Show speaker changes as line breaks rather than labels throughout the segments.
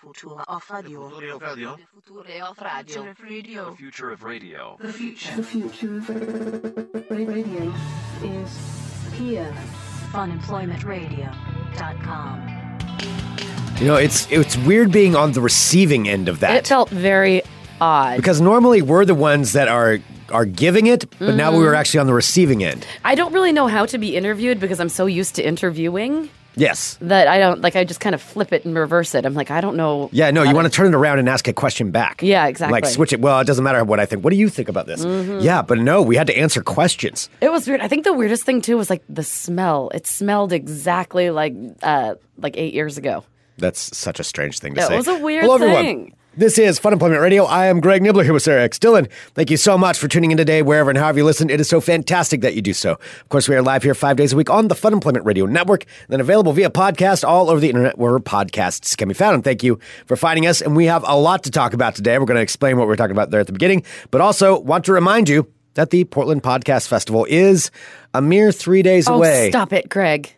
Futuro of
The
radio.
future of radio.
Future of radio.
The future of radio.
The future of radio is here.
Funemploymentradio.com.
You know, it's it's weird being on the receiving end of that
It felt very odd.
because normally we're the ones that are are giving it, but now
Mm-hmm.
we were actually on the receiving end.
I don't really know how to be interviewed because I'm so used to interviewing
Yes.
that I don't like. I just kind of flip it and reverse it. I'm like, I don't know.
Yeah, no, you want to turn it around and ask a question back.
Yeah, exactly. Mm-hmm.
Like switch it. Well, it doesn't matter what I think. What do you think about this? Yeah, but no, we had to answer questions.
It was weird. I think the weirdest thing too was like the smell. It smelled exactly like uh like eight years ago.
That's such a strange thing to
That
say.
was a weird
Hello, everyone.
thing.
This is Fun Employment Radio. I am Greg Nibbler here with Sarah X. Dillon. Thank you so much for tuning in today, wherever and however you listen. It is so fantastic that you do so. Of course, we are live here five days a week on the Fun Employment Radio Network, and then available via podcast all over the internet where podcasts can be found. And thank you for finding us. And we have a lot to talk about today. We're going to explain what we we're talking about there at the beginning, but also want to remind you that the Portland Podcast Festival is a mere three days away
Oh, stop it, Greg.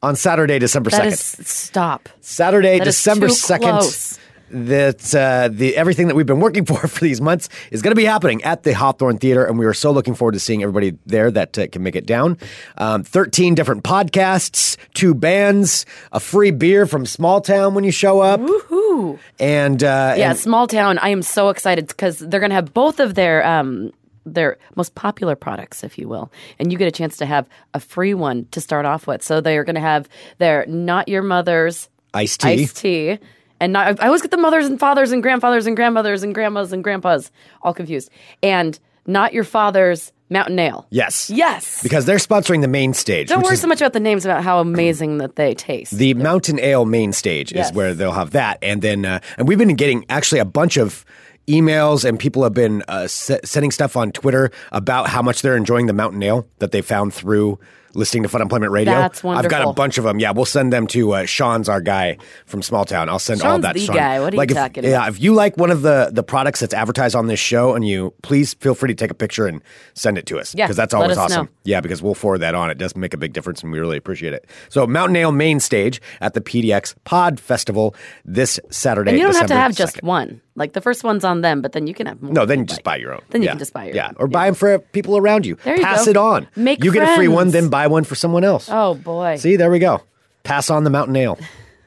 on Saturday, December
That
2nd.
is stop.
Saturday,
That is
December
too
second.
close.
That uh, the everything that we've been working for for these months is going to be happening at the Hawthorne Theater, and we are so looking forward to seeing everybody there that uh, can make it down. Um, Thirteen different podcasts, two bands, a free beer from Small Town when you show up,
Woohoo.
and uh,
Yeah,
and-
small town. I am so excited because they're going to have both of their um, their most popular products, if you will, and you get a chance to have a free one to start off with. So they are going to have their not your mother's
iced tea.
iced tea, and not, I always get the mothers and fathers and grandfathers and grandmothers and grandmas and grandpas all confused, and not your father's mountain ale.
Yes,
Yes.
because they're sponsoring the main stage.
Don't
which
worry
is
so much about the names about how amazing that they taste.
The Mountain Ale main stage
Yes.
is where they'll have that, and then uh, and we've been getting actually a bunch of emails, and people have been uh, se- sending stuff on Twitter about how much they're enjoying the Mountain Ale that they found through listening to Fun Employment Radio.
That's
I've got a
wonderful.
bunch of them. Yeah, we'll send them to uh, Sean's our guy from Small Town. I'll send all
Sean's
that. to
the
Sean.
guy. What are you
like if-
talking
Yeah, if you like one of the the products that's advertised on this show, and you please feel free to take a picture and send it to us
Yeah,
because that's
let
always
us know.
awesome. Yeah, because we'll forward that on. It does make a big difference, and we really appreciate it. So, Mountain Ale main stage at the PDX Pod Festival this Saturday.
and you don't
December
have to have just
2nd.
one. Like the first one's on them, but then you can have more.
No, then you
if
just
like.
buy your own.
Then you
Yeah.
can just buy your
yeah.
own.
or buy them for people around you.
There you
Pass
go.
it on.
Make
you get a free one,
friends.
then buy one for someone else.
Oh boy.
See, there we go. Pass on the Mountain Ale.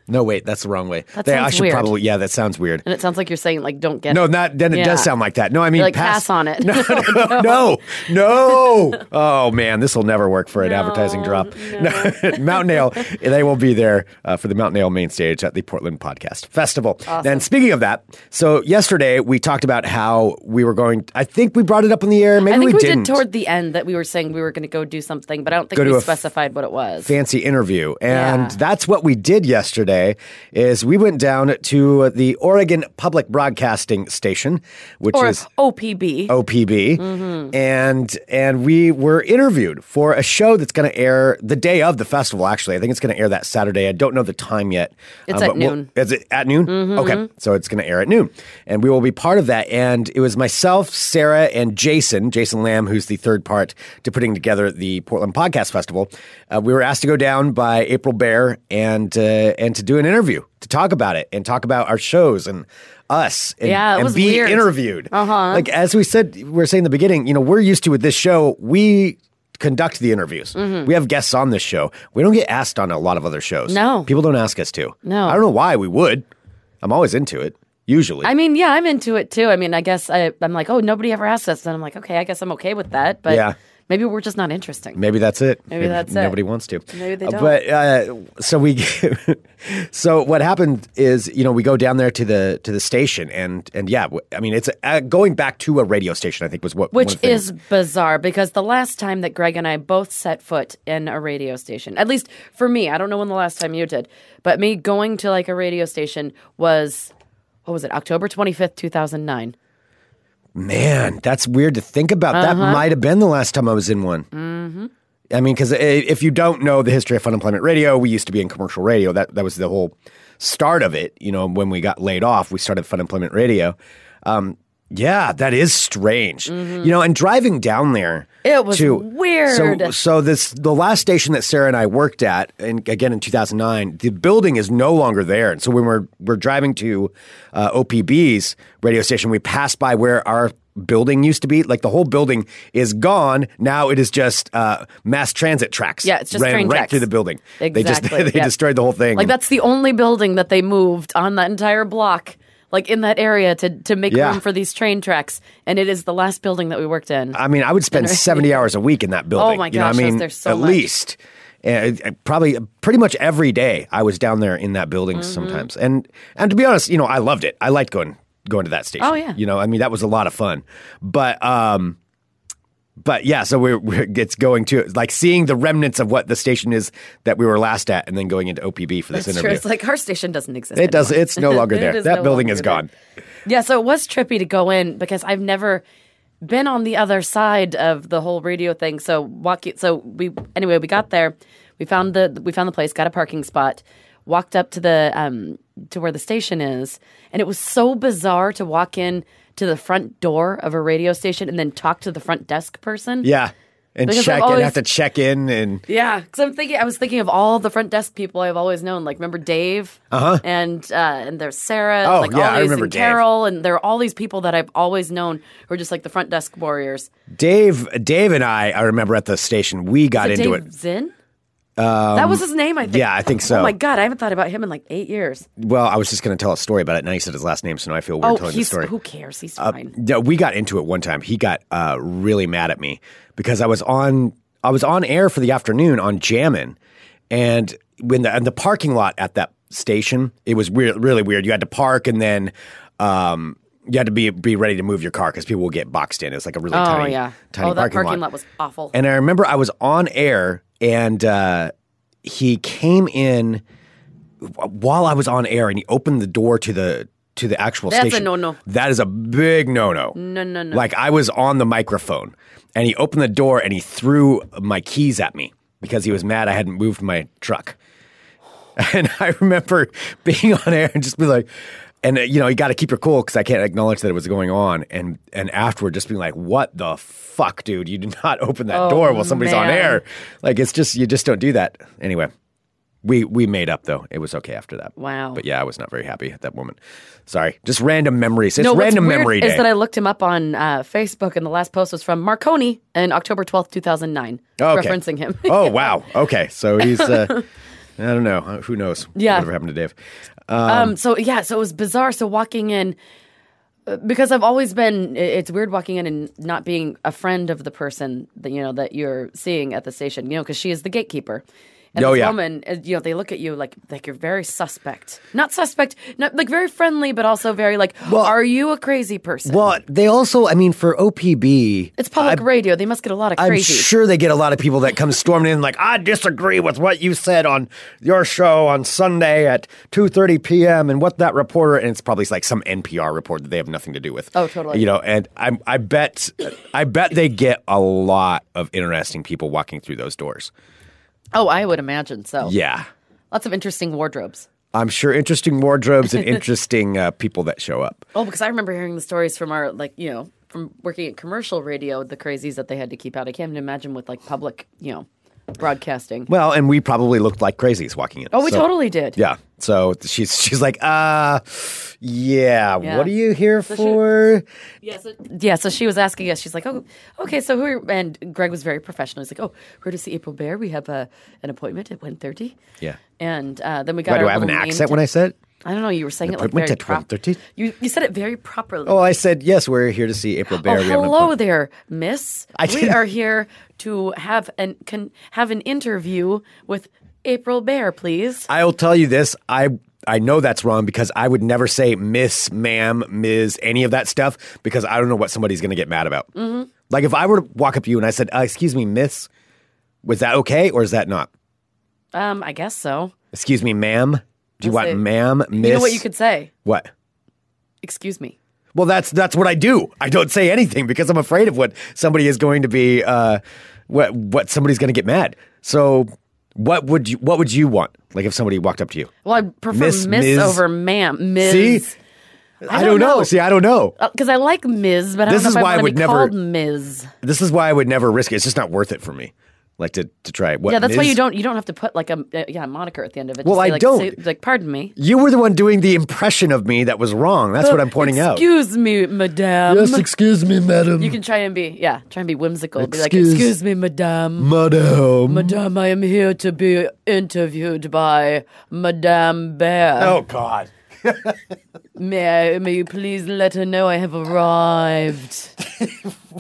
No, wait, that's the wrong way.
That
There, I
sounds
should
weird.
probably. Yeah, that sounds weird.
And it sounds like you're saying like don't get
No,
it.
not then. It
Yeah.
does sound like that. No, I mean
You're like, pass on it.
No, no, no, no. Oh man, this will never work for an advertising drop. No. Mountain Ale, they will be there uh, for the Mountain Ale main stage at the Portland Podcast Festival. And speaking of that, so yesterday we talked about how we were going. I think we brought it up in the air. Maybe
I think we,
didn't.
did toward the end that we were saying we were going to go do something, but I don't think
Go to a
we
f-
specified what it was.
fancy interview and
Yeah.
that's what we did yesterday is we went down to the Oregon Public Broadcasting Station which
or
is
OPB.
OPB,
Mm-hmm.
and and we were interviewed for a show that's going to air the day of the festival. Actually, I think it's going to air that Saturday. I don't know the time yet.
It's
um,
at
but we'll-
noon. Mm-hmm.
is it at noon? Okay, so it's going to air at noon, and we will be part of that. And it was myself, Sarah, and Jason, Jason Lamb, who's the third part to putting together the Portland Podcast Festival. Uh, we were asked to go down by April Bear and uh, and to do an interview to talk about it and talk about our shows and us and,
Yeah, it
and
was
be
weird.
interviewed.
Uh-huh.
Like as we said, we were saying in the beginning, you know, we're used to with this show, we conduct the interviews.
Mm-hmm.
We have guests on this show. We don't get asked on a lot of other shows.
No.
People don't ask us to.
No.
I don't know why we would. I'm always into it, usually.
I mean, yeah, I'm into it too. I mean, I guess I, I'm like, oh, nobody ever asked us, and I'm like, okay, I guess I'm okay with that. But
Yeah.
maybe we're just not interesting.
Maybe that's it.
Maybe that's it.
Nobody wants to.
Maybe they
Uh,
don't.
But uh, so we, so what happened is, you know, we go down there to the to the station, and and yeah, w- I mean, it's uh, going back to a radio station. I think was what one
Which
of the things-
is bizarre because the last time that Greg and I both set foot in a radio station, at least for me, I don't know when the last time you did, but me going to like a radio station was, what was it, October 25th, 2009.
Man, that's weird to think about.
Uh-huh.
That might have been the last time I was in one. Mm-hmm. I mean, because if you don't know the history of Fun Employment Radio, we used to be in commercial radio. That that was the whole start of it. You know, when we got laid off, we started Fun Employment Radio. Um, Yeah, that is strange. You know, and driving down there,
Mm-hmm. It was
to- So,
weird.
so this the last station that Sarah and I worked at, and again in 2009, the building is no longer there. And so when we're we're driving to uh, OPB's radio station, we pass by where our building used to be. Like the whole building is gone now. It is just uh, mass transit tracks.
Yeah, it's just
ran
train
right
tracks.
through the building. They just
Exactly,
they,
yeah.
destroyed the whole thing.
Like that's the only building that they moved on that entire block, like in that area to to make
Yeah.
room for these train tracks. And it is the last building that we worked in.
I mean, I would spend 70 hours a week in that building.
Oh my
you know, I
gosh, yes,
mean,
there's so
at
much.
least. And uh, probably pretty much every day I was down there in that building
Mm-hmm.
sometimes. And and to be honest, you know, I loved it. I liked going going to that station.
Oh, yeah.
You know, I mean, that was a lot of fun. But um but yeah, so we're, we're it's going to like seeing the remnants of what the station is that we were last at and then going into OPB for this
It's true.
interview.
It's like our station doesn't exist.
It does.
anymore.
It's no longer
It
there.
is
that
no
building
longer
is
there.
gone.
Yeah, so it was trippy to go in because I've never been on the other side of the whole radio thing. So walking, so we anyway, we got there, we found the we found the place, got a parking spot, walked up to the um to where the station is, and it was so bizarre to walk in to the front door of a radio station and then talk to the front desk person.
Yeah. And
Because I've
check in,
always-
have to check in and
Yeah, because I'm thinking, I was thinking of all the front desk people I've always known. Like, remember Dave? Uh-huh. And, uh And there's Sarah. and,
Oh,
like,
yeah, I
all these,
remember
and
Dave.
Carol, and there are all these people that I've always known who are just like the front desk warriors.
Dave, Dave and I, I remember at the station, we got
Is it
into it.
Dave
Um,
Zinn. that was his name, I think.
yeah, I think so.
Oh my god, I haven't thought about him in like eight years.
Well, I was just going to tell a story about it. Now you said his last name, so now I feel weird
oh,
telling the
he's
story. Uh,
who cares? He's fine.
Yeah, we got into it one time. He got uh, really mad at me because I was on I was on air for the afternoon on Jammin', and when the and the parking lot at that station it was weird, really weird. You had to park and then um, you had to be be ready to move your car because people will get boxed in. It was like a really
Oh
tiny,
yeah.
tiny
oh, that parking lot. was awful.
And I remember I was on air and uh, he came in while I was on air and he opened the door to the to the actual
That's a
station.
no-no.
That is a big no-no.
no, no, no.
Like I was on the microphone and he opened the door and he threw my keys at me because he was mad I hadn't moved my truck. And I remember being on air and just be like, and uh, you know, you got to keep your cool because I can't acknowledge that it was going on. And and afterward, just being like, what the fuck, dude? You did not open that
Oh,
door while somebody's on
man.
air. Like it's just you just don't do that anyway. We we made up though. It was okay after that.
Wow.
But yeah, I was not very happy at that moment. Sorry, just random memories. It's
no, what's
random
weird
memory day.
is that I looked him up on uh, Facebook, and the last post was from Marconi in October twelfth, two thousand nine,
Okay.
referencing him.
oh wow. Okay, so he's. Uh, I don't know. Uh, Who knows?
Yeah.
Whatever happened to Dave?
Um, so yeah, so it was bizarre. So walking in, uh, because I've always been, i- it's weird walking in and not being a friend of the person that you know that you're seeing at the station. You know, because she is the gatekeeper. And
Oh,
this
yeah.
woman, uh, you know, they look at you like like you're very suspect. Not suspect, not like very friendly, but also very like, are you a crazy person?
Well, they also. I mean, for OPB,
it's public radio. They must get a lot of
I'm
crazy.
sure they get a lot of people that come storming in like, I disagree with what you said on your show on Sunday at 2.30 p.m. and what that reporter, and it's probably like some NPR report that they have nothing to do with.
Oh, totally.
You know, and I, I bet I bet they get a lot of interesting people walking through those doors.
oh, I would imagine so.
Yeah.
Lots of interesting wardrobes.
I'm sure interesting wardrobes and interesting uh, people that show up.
Oh, because I remember hearing the stories from our like you know from working at commercial radio, the crazies that they had to keep out. I can't even imagine with like public you know broadcasting.
Well, and we probably looked like crazies walking in.
oh, we
so-
totally did.
Yeah. So she's she's like, uh, yeah,
Yeah.
what are you here for?
yeah. So she was asking us. She's like, "Oh, okay. So who?" Are, and Greg was very professional. He's like, "Oh, we're to see April Bear. We have a an appointment at 1.30.
Yeah.
And uh, then we got.
Why, do
our
I have an
little name
accent
ta-
when I said? it?
I don't know. You were saying it like
appointment
very
at 1:30?
You you said it very properly.
Oh, I said yes. We're here to see April Bear.
Oh,
We have an
hello
appointment."
there, Miss.
I
we
didn't-
are here to have an can have an interview with April Bear, please.
I will tell you this. I I know that's wrong because I would never say Miss, Ma'am, Ms, any of that stuff because I don't know what somebody's going to get mad about. Mm-hmm. Like if I were to walk up to you and I said, uh, "Excuse me, Miss," was that okay or is that not?
Um, I guess so.
Excuse me, Ma'am. Do you
I'll
want
say-
Ma'am, Miss?
You know what you could say?
What?
Excuse me.
Well, that's that's what I do. I don't say anything because I'm afraid of what somebody is going to be, uh, what what somebody's going to get mad. So, what would you what would you want? Like if somebody walked up to you,
Well, I prefer
Miss,
Miss,
Ms.
over ma'am. Ms.
see, I don't know. See, I don't know.
because I like Ms., but I
This
don't know
is
if
why I
I want to
would
be
never-
called Ms.
This is why I would never risk it. It's just not worth it for me. Like to to try it. What,
Yeah, that's why
Ms.?
you don't you don't have to put like a uh, yeah a moniker at the end of it.
Well,
Just say,
I
like,
don't.
say- like, pardon me.
You were the one doing the impression of me that was wrong. That's what I'm pointing out.
Excuse me, madame.
excuse me, madam.
you can try and be yeah, try and be whimsical. Be
Excuse-
like, excuse me, madame.
madam.
Madame, I am here to be interviewed by Madame Bear.
Oh God.
May, I, may you please let her know I have arrived.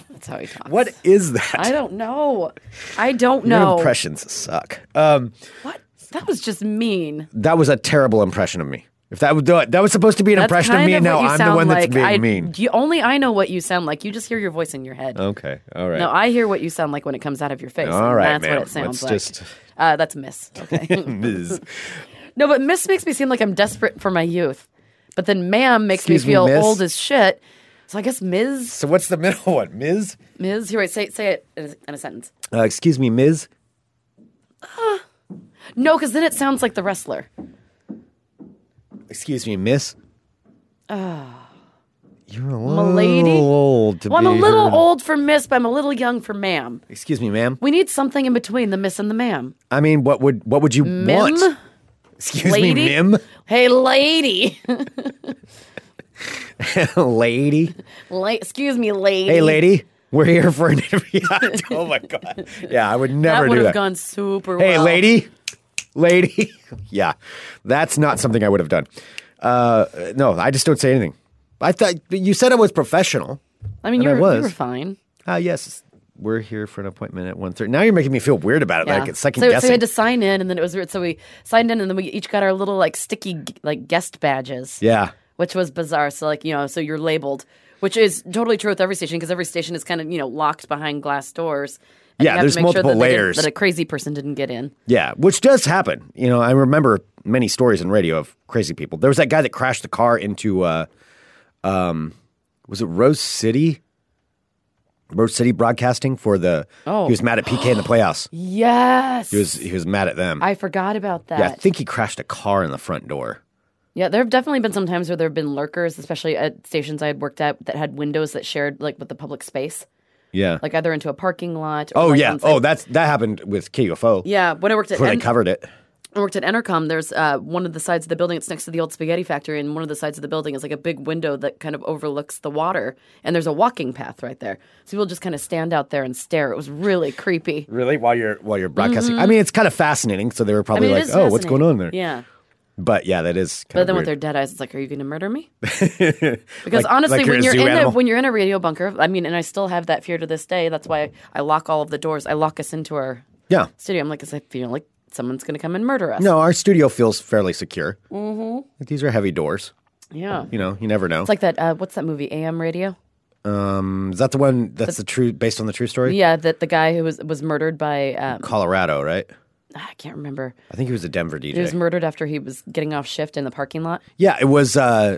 That's how he talks.
What is that?
I don't know. I don't
Your
know.
impressions suck. Um,
What? That was just mean.
that was a terrible impression of me. If that would that was supposed to be an
That's
impression
kind
of me, and
what
now
you
I'm the
sound
one
like.
that's being
I-
mean.
You, only I know what you sound like. You just hear your voice in your head.
Okay. All right.
No, I hear what you sound like when it comes out of your face.
All
and
right,
that's
ma'am.
what it sounds
Let's
like.
just-
Uh, that's miss. Okay.
Ms.
no, but miss makes me seem like I'm desperate for my youth, but then ma'am makes
Excuse me,
me feel
miss?
old as shit. So I guess Ms.
So what's the middle one, Ms.
Ms. Here, wait, say say it in a, in a sentence.
Uh, excuse me, Ms.
No, because then it sounds like the wrestler.
Excuse me, Miss. You're a little
Milady?
old to
Ah. Well, I'm a
be
little
her-
old for miss, but I'm a little young for ma'am.
Excuse me, ma'am.
We need something in between the miss and the ma'am.
I mean, what would what would you
Mim?
want? Excuse
Lady?
me, Mim,
Hey, lady.
lady.
La- excuse me, lady.
Hey, lady, we're here for an interview. oh my god. Yeah, I would
That
never
would
do that.
have gone super
hey,
well.
lady, lady. yeah, that's not something I would have done. Uh, no, I just don't say anything. I thought you said I was professional.
I mean,
And
you
I
were, you
was.
were fine.
Ah, yes, we're here for an appointment at one thirty. Now you're making me feel weird about it. Like it's second
so,
guessing.
so we had to sign in, and then it was weird. So we signed in, and then we each got our little like sticky g- like guest badges.
yeah.
Which was bizarre. So like you know, so you're labeled, which is totally true with every station because every station is kind of you know locked behind glass doors. and
Yeah,
you have
there's
to make
multiple
sure that they didn't-
layers.
that a crazy person didn't get in.
Yeah, which does happen. You know, I remember many stories in radio of crazy people. There was that guy that crashed the car into, uh, um, was it Rose City? Rose City Broadcasting for the.
Oh.
He was mad at PK in the playoffs. He
Yes,
was he was mad at them.
I forgot about that.
yeah, I think he crashed a car in the front door.
Yeah, there have definitely been some times where there have been lurkers, especially at stations I had worked at that had windows that shared like with the public space,
Yeah.
like either into a parking lot. Or,
oh
like,
yeah.
inside-
Oh, that's that happened with KUFO.
yeah. When I worked at
When
En-
they covered it.
I worked at Entercom, there's uh, one of the sides of the building. It's next to the old spaghetti factory, and one of the sides of the building is like a big window that kind of overlooks the water, and there's a walking path right there. So people just kind of stand out there and stare. It was really creepy.
Really? While you're while you're broadcasting. I mean, it's kind of fascinating. So they were
Mm-hmm. I
probably
mean, it
like,
is
"Oh, what's
fascinating.
going on there?"
Yeah.
But yeah, that is. Kind
But
of
then
weird.
with their dead eyes, it's like, are you going to murder me?
Like-
Because honestly,
like
when
a
you're
zoo
in
animal.
a when you're in a radio bunker, I mean, and I still have that fear to this day. That's why I lock all of the doors. I lock us into our
yeah.
studio. I'm like, 'cause I feel like someone's going to come and murder us.
No, our studio feels fairly secure. Mm-hmm. These are heavy doors.
Yeah.
You know, you never know.
It's like that. Uh, what's that movie? AM Radio.
um, is that the one that's the true based on the true story?
Yeah, that the guy who was was murdered by um,
Colorado, right?
I can't remember.
I think he was a Denver
He was
DJ.
murdered after he was getting off shift in the parking lot.
yeah, it was uh,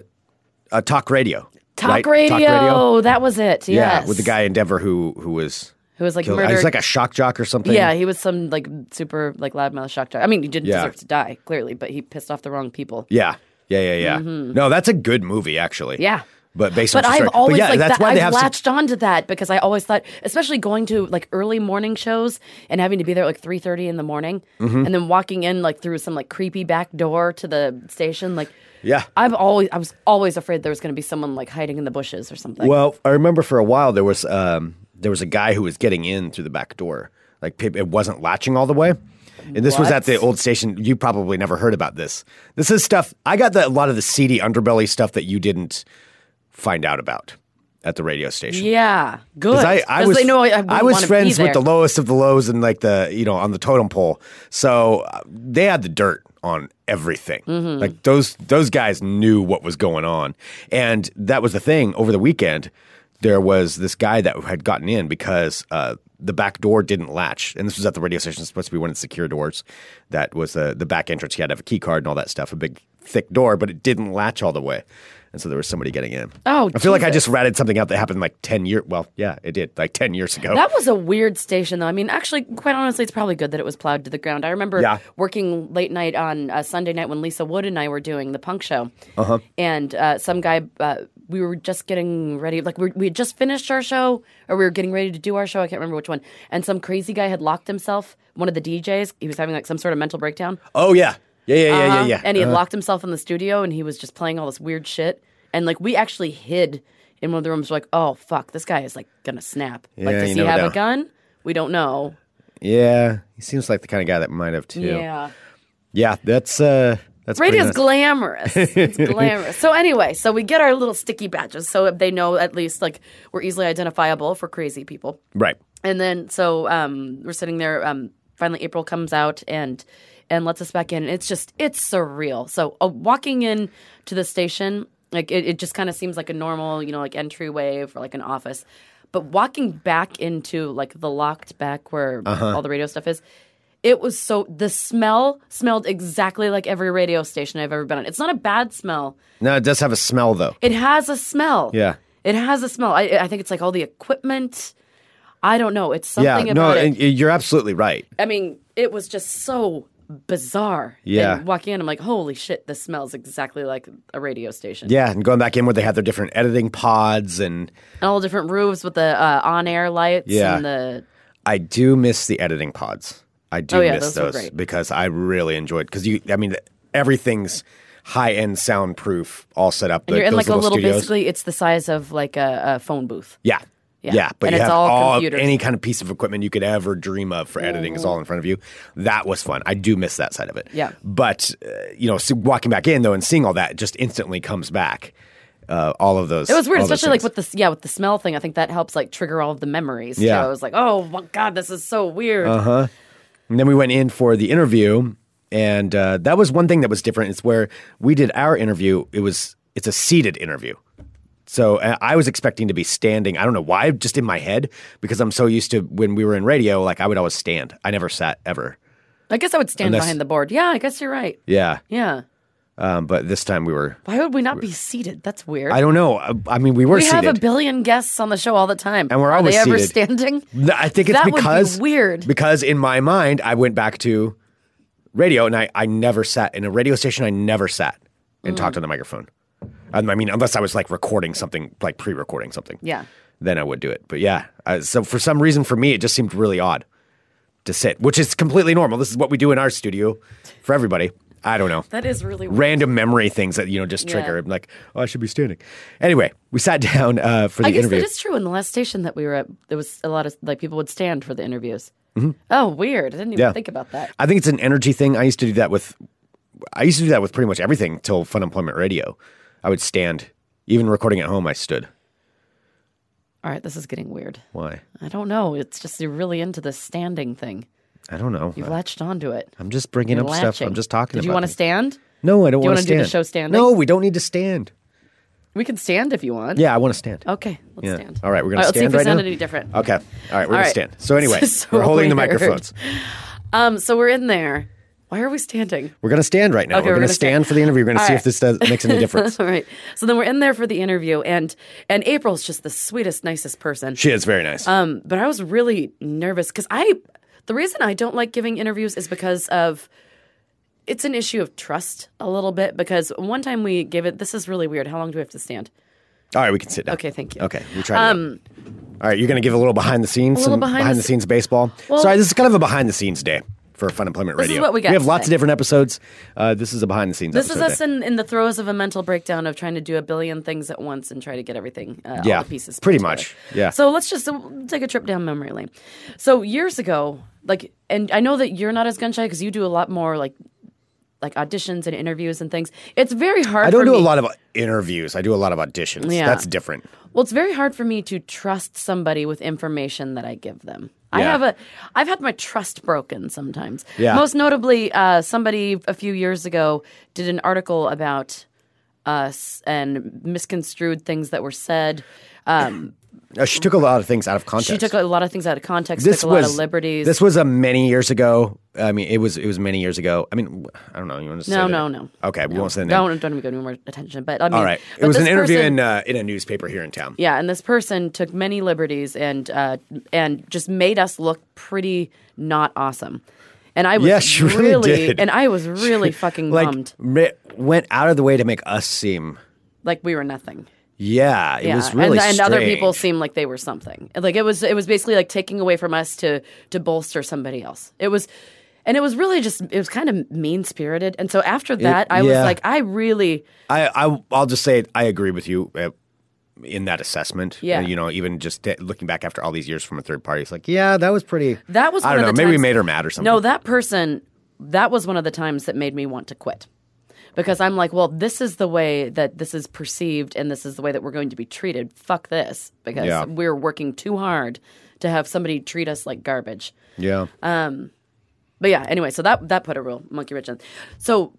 a talk radio.
Talk,
right?
radio. That was it.
Yeah,
yes.
with the guy in Denver who who was
who was like
killed.
murdered.
He's like a shock jock or something.
Yeah, he was some like super like loudmouth shock jock. I mean, he didn't
Yeah.
deserve to die clearly, but he pissed off the wrong people.
yeah, yeah, yeah. yeah. No, that's a good movie actually.
Mm-hmm. Yeah.
but based
But
on true
I've
story.
always
but yeah,
like
that's
that,
why
I've
they have such-
latched onto that because I always thought, especially going to like early morning shows and having to be there at like three thirty in the morning,
Mm-hmm.
and then walking in like through some like creepy back door to the station. Like,
yeah.
I've always I was always afraid there was going to be someone like hiding in the bushes or something.
Well, I remember for a while there was um, there was a guy who was getting in through the back door. Like pe- it wasn't latching all the way. And this was
What?
at the old station. You probably never heard about this. This is stuff I got the, a lot of the seedy underbelly stuff that you didn't find out about at the radio station.
Yeah, good.
'Cause I, I
'Cause
was,
they know I, I,
I
wouldn't
was
wanna be
friends with
there.
the lowest of the lows and like the, you know, on the totem pole. So uh, they had the dirt on everything.
Mm-hmm.
Like those, those guys knew what was going on. And that was the thing over the weekend. There was this guy that had gotten in because, uh, the back door didn't latch. And this was at the radio station. It's supposed to be one of the secure doors. That was uh, the the back entrance. You had to have a key card and all that stuff. A big thick door, but it didn't latch all the way. And so there was somebody getting in.
Oh,
I feel like I
Jesus.
just ratted something out that happened like ten years. Well, yeah, it did like ten years ago.
That was a weird station, though. I mean, actually, quite honestly, it's probably good that it was plowed to the ground. I remember
Yeah.
working late night on uh, Sunday night when Lisa Wood and I were doing the punk show. Uh-huh. And uh, some guy, uh, we were just getting ready, like we, we had just finished our show, or we were getting ready to do our show. I can't remember which one. And some crazy guy had locked himself, one of the DJs. He was having like some sort of mental breakdown.
oh yeah, yeah, yeah, yeah, yeah,
Uh-huh.
yeah.
And he had locked himself in the studio and he was just playing all this weird shit. And like we actually hid in one of the rooms, like, oh fuck, this guy is like gonna snap. like,
Yeah,
does
you
he
never
have
know.
a gun? We don't know.
yeah, he seems like the kind of guy that might have too.
Yeah.
Yeah, that's uh, that's pretty nice.
Radio's glamorous. It's glamorous. So anyway, so we get our little sticky badges so they know at least like we're easily identifiable for crazy people.
right.
And then so um, we're sitting there. Um, finally, April comes out and and lets us back in. It's just it's surreal. So uh, walking in to the station, like it, it just kind of seems like a normal, you know, like entryway for like an office. But walking back into like the locked back where all the radio stuff is, it was so the smell smelled exactly like every radio station I've ever been on. It's not a bad smell.
No, it does have a smell though.
It has a smell.
Yeah.
It has a smell. I, I think it's like all the equipment. I don't know. It's
Yeah,
something
no,
about it.
and y- you're absolutely right.
I mean, it was just so bizarre.
Yeah.
And walking in, I'm like, holy shit, this smells exactly like a radio station.
Yeah, and going back in where they had their different editing pods, and
And all different roofs with the uh, on air lights
Yeah.
and the.
I do miss the editing pods. I do
Oh, yeah,
miss
those were
those,
great.
because I really enjoyed because you. I mean, everything's high end soundproof, all set up.
And you're in
those
like a little,
studios.
basically, it's the size of like a, a phone booth.
Yeah.
Yeah.
but
And
you
it's
have
all
all
computers.
any kind of piece of equipment you could ever dream of for editing is all in front of you. That was fun. I do miss that side of it.
Mm-hmm. Yeah.
But uh, you know, so walking back in though and seeing all that just instantly comes back. Uh, all of those.
It was weird,
all those
especially like
things.
with the yeah with the smell thing. I think that helps like trigger all of the memories.
Yeah. Uh-huh.
So I was like, oh my god, this is so weird.
And then we went in for the interview, and uh, that was one thing that was different. It's where we did our interview. It was it's a seated interview, so uh, I was expecting to be standing. I don't know why, just in my head, because I'm so used to when we were in radio. Like I would always stand. I never sat ever.
I guess I would stand
Unless-
behind the board. Yeah, I guess you're right.
Yeah,
Yeah.
um, but this time we were.
Why would we not be seated? That's weird.
I don't know. I, I mean, we were
we
seated.
have a billion guests on the show all the time,
And we're
Are
always
they ever
seated.
standing.
No, I think it's
That would be
because
weird.
Because in my mind, I went back to radio, and I I never sat in a radio station. I never sat and
Mm.
talked on the microphone. Um, I mean, unless I was like recording something, like pre-recording something.
Yeah.
Then I would do it. But yeah, I, so for some reason, for me, it just seemed really odd to sit, which is completely normal. This is what we do in our studio for everybody. I don't know
That is really weird.
random memory things that you know just
Yeah.
trigger. I'm like, oh, I should be standing. Anyway, we sat down uh, for the
I guess
interview.
that is true. In the last station that we were at, there was a lot of like people would stand for the interviews. Oh, weird! I didn't even
Mm-hmm. Yeah.
think about that.
I think it's an energy thing. I used to do that with, I used to do that with pretty much everything till Fun Employment Radio. I would stand, even recording at home. I stood.
All right, this is getting weird.
Why?
I don't know. It's just you're really into this standing thing.
I don't know.
You've latched onto it.
I'm just bringing
You're
up stuff.
latching.
I'm just talking.
Did
about
you want to
things.
stand?
No, I don't
Do you
want to
wanna do
stand.
the show standing?
No, we don't need to stand.
We can stand if you want.
Yeah, I want to stand.
Okay, let's
Yeah.
stand.
All right, we're gonna
Let's see if
stand
we
right
sound
now?
any different.
Okay. All right, we're
All
gonna
right.
stand. So anyway,
This is so
we're holding the
weird.
microphones.
Um, so we're in there. Why are we standing?
We're gonna stand right now.
Okay,
we're,
we're
gonna,
gonna
stand
stand.
for the interview. We're gonna
All
see
right.
if this does makes any difference.
All right. So then we're in there for the interview, and and April's just the sweetest, nicest person.
she is very nice.
Um, but I was really nervous because I, the reason I don't like giving interviews is because of, it's an issue of trust a little bit. Because one time we gave it, this is really weird. How long do we have to stand?
All right, we can sit down.
Okay, thank you.
Okay, we tried. Um, All right, you're going to give a little behind the scenes,
little
some
behind
behind the
the
scenes baseball.
Well-
Sorry, this is kind of a behind the scenes day for Fun Employment
is
Radio.
what we got
We have lots of
today.
different episodes. Uh, this is a behind the scenes.
This is
episode
us
day.
in, in the throes of a mental breakdown of trying to do a billion things at once and try to get everything, uh,
Yeah,
all the pieces. put
pretty
together.
much. Yeah.
So let's just uh, take a trip down memory lane. So years ago, like, and I know that you're not as gun shy because you do a lot more like, like auditions and interviews and things. It's very hard.
I don't
for
do a
me-
lot of interviews. I do a lot of auditions.
Yeah.
That's different.
Well, it's very hard for me to trust somebody with information that I give them. I
Yeah.
have a, I've had my trust broken sometimes.
Yeah.
Most notably, uh, somebody a few years ago did an article about us and misconstrued things that were said. Um,
No, Uh, she took a lot of things out of context.
She took a lot of things out of context,
this
took a lot
was
of liberties.
This was a many years ago. I mean, it was it was many years ago. I mean, I don't know. You want to say
no,
the-
no, no.
Okay, we
No.
won't say the name.
Don't don't even give me more attention. But I mean,
All right, it
but
was an
this
interview
person-
in uh, in a newspaper here in town.
Yeah, and this person took many liberties and uh, and just made us look pretty not awesome. And I was
Yeah, she really did.
and I was really fucking
like
bummed,
re- went out of the way to make us seem.
like we were nothing.
Yeah, it
Yeah,
was really
and, and other people
strange.
seem like they were something. Like it was, it was basically like taking away from us to to bolster somebody else. It was, and it was really just, it was kind of mean spirited. And so after that, I was
yeah.
like, I really,
I, I I'll just say it, I agree with you uh, in that assessment.
Yeah.
you know, even just t- looking back after all these years from a third party, it's like, yeah, that was pretty.
that was.
I
one
don't
of
know.
the
Maybe we
times-
made her mad or something.
No, that person, that was one of the times that made me want to quit. Because I'm like, well, this is the way that this is perceived and this is the way that we're going to be treated. Fuck this. Because
Yeah.
we're working too hard to have somebody treat us like garbage.
yeah.
Uh, But yeah, anyway, so that that put a real monkey wrench in. So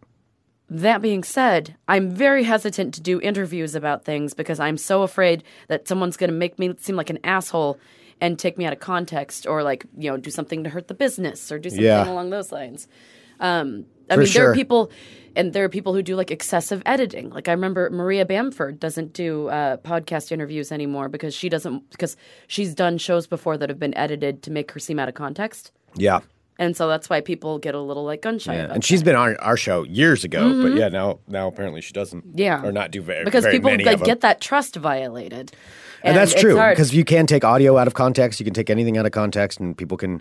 that being said, I'm very hesitant to do interviews about things because I'm so afraid that someone's going to make me seem like an asshole and take me out of context or like, you know, do something to hurt the business or do something
Yeah.
along those lines. Um I
For
mean, there
sure.
are people and there are people who do like excessive editing. Like I remember Maria Bamford doesn't do uh, podcast interviews anymore because she doesn't because she's done shows before that have been edited to make her seem out of context.
yeah.
And so that's why people get a little like gun shy about
And she's been on our show years ago, but yeah, now now apparently she doesn't.
Mm-hmm. Yeah.
or not do very
it. because
very
people
many
like
of 'em.
get that trust violated.
and, that's
it's
true
hard.
because you can take audio out of context, you can take anything out of context, and people can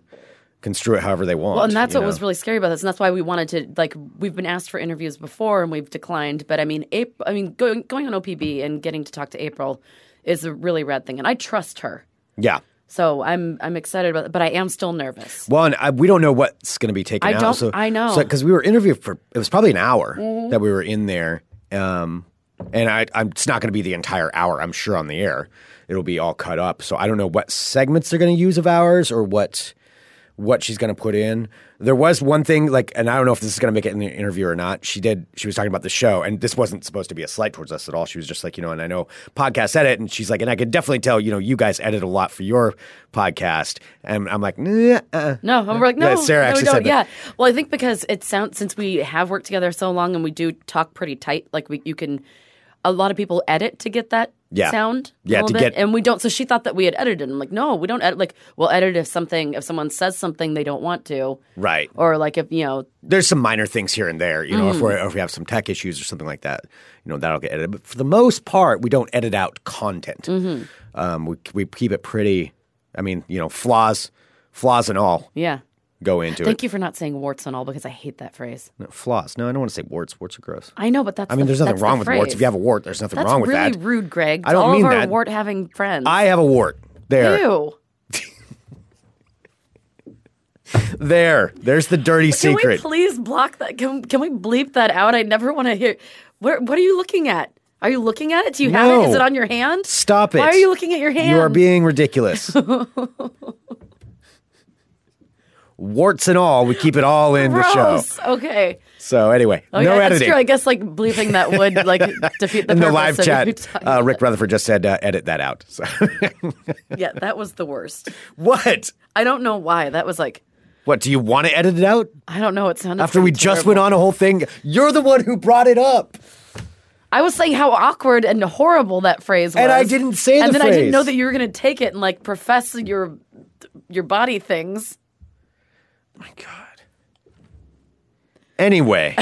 construe it however they want.
well, and that's
you
what was
know?
really scary about this, and that's why we wanted to like we've been asked for interviews before and we've declined. But I mean, April, I mean, going going on OPB and getting to talk to April is a really rad thing, and I trust her,
yeah.
so I'm I'm excited about it. But I am still nervous.
Well, and I, we don't know what's going to be taken
I
out.
don't-
so-
I know. Mm-hmm.
so- because we were interviewed for it was probably an hour that we were in there, um, and I, I'm it's not going to be the entire hour. I'm sure on the air, it'll be all cut up. So I don't know what segments they're going to use of ours or what what she's going to put in. There was one thing like, and I don't know if this is going to make it in the interview or not. She did. She was talking about the show, and this wasn't supposed to be a slight towards us at all. She was just like, you know, and I know podcasts edit, and she's like, and I could definitely tell, you know, you guys edit a lot for your podcast, and I'm like, nah, uh,
No, and we're like, no,
Yeah, Sarah
no, we
actually
don't.
said that.
Yeah, well, I think because it sounds since we have worked together so long and we do talk pretty tight, like we you can. A lot of people edit to get that
Yeah.
sound, a
Yeah,
little
to get-
bit, and we don't. So she thought that we had edited. I'm like, no, we don't edit. Like, we'll edit if something, if someone says something they don't want to,
right.
or like if you know,
There's some minor things here and there, you know,
Mm.
if, we're, if we have some tech issues or something like that, you know, that'll get edited. But for the most part, we don't edit out content.
Mm-hmm.
Um, we we keep it pretty. I mean, you know, flaws, flaws and all
yeah.
go into it.
Thank you for not saying warts and all because I hate that phrase.
No, flaws. No, I don't want to say warts. Warts are gross.
I know, but that's
I mean,
the-
there's nothing
that's the
wrong with warts.
phrase.
If you have a wart, there's nothing
that's
wrong with
really
that.
rude, Greg.
I don't
all
mean
of our
that.
wart having friends.
I have a wart. There.
Ew.
There. There's the dirty
Can we
secret.
please block that? Can, can we bleep that out? I never want to hear. Where, what are you looking at? Are you looking at it? Do you have it? Is
No.
it on your hand?
Stop it.
Why are you looking at your hand?
You are being ridiculous. warts and all, we keep it all in the show.
gross. Okay.
So anyway,
Oh,
no
yeah, That's
editing.
true. I guess like bleeping that would like defeat the
in the
purpose
live
of you
chat,
talking
uh,
about-
Rick Rutherford just said, uh, "Edit that out." So,
Yeah, that was the worst.
what?
I don't know why. That was like
What do you want to edit it out
I don't know. It sounded
after we
pretty
just
terrible.
went on a whole thing? You're the one who brought it up.
I was saying how awkward and horrible that phrase was,
And I didn't say
And
the
then I didn't know
phrase.
that you were going to take it and like profess your your body things.
My God. Anyway.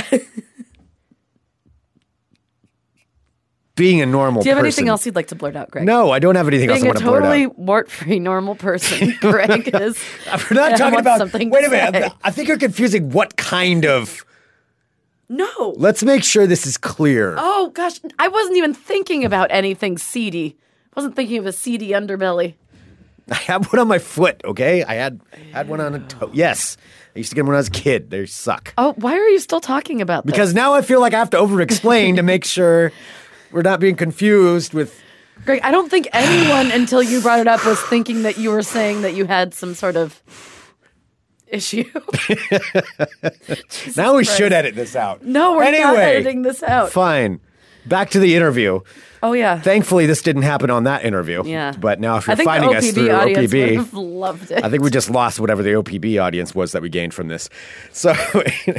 Being a normal
Do you have
person.
anything else you'd like to blurt out, Greg?
No, I don't have anything else I
Being a
want to blurt
totally
out.
wart-free normal person, Greg is.
We're not
I
talking
want
about.
something
wait
to
a minute.
say.
I think you're confusing what kind of.
No.
Let's make sure this is clear.
oh gosh, I wasn't even thinking about anything seedy. I wasn't thinking of a seedy underbelly.
I had one on my foot. Okay, I had had one on a toe. Yes, I used to get them when I was a kid. They suck
Oh, why are you still talking about this?
because now I feel like I have to over-explain to make sure we're not being confused with.
Greg, I don't think anyone until you brought it up was thinking that you were saying that you had some sort of issue.
now we
Christ.
should edit this out.
no, we're
anyway,
not editing this out.
Fine. back to the interview.
Oh yeah.
Thankfully, this didn't happen on that interview.
Yeah.
But now, if you're
I think
finding
the OPB
us through
audience
OPB,
would have loved it.
I think we just lost whatever the OPB audience was that we gained from this. So,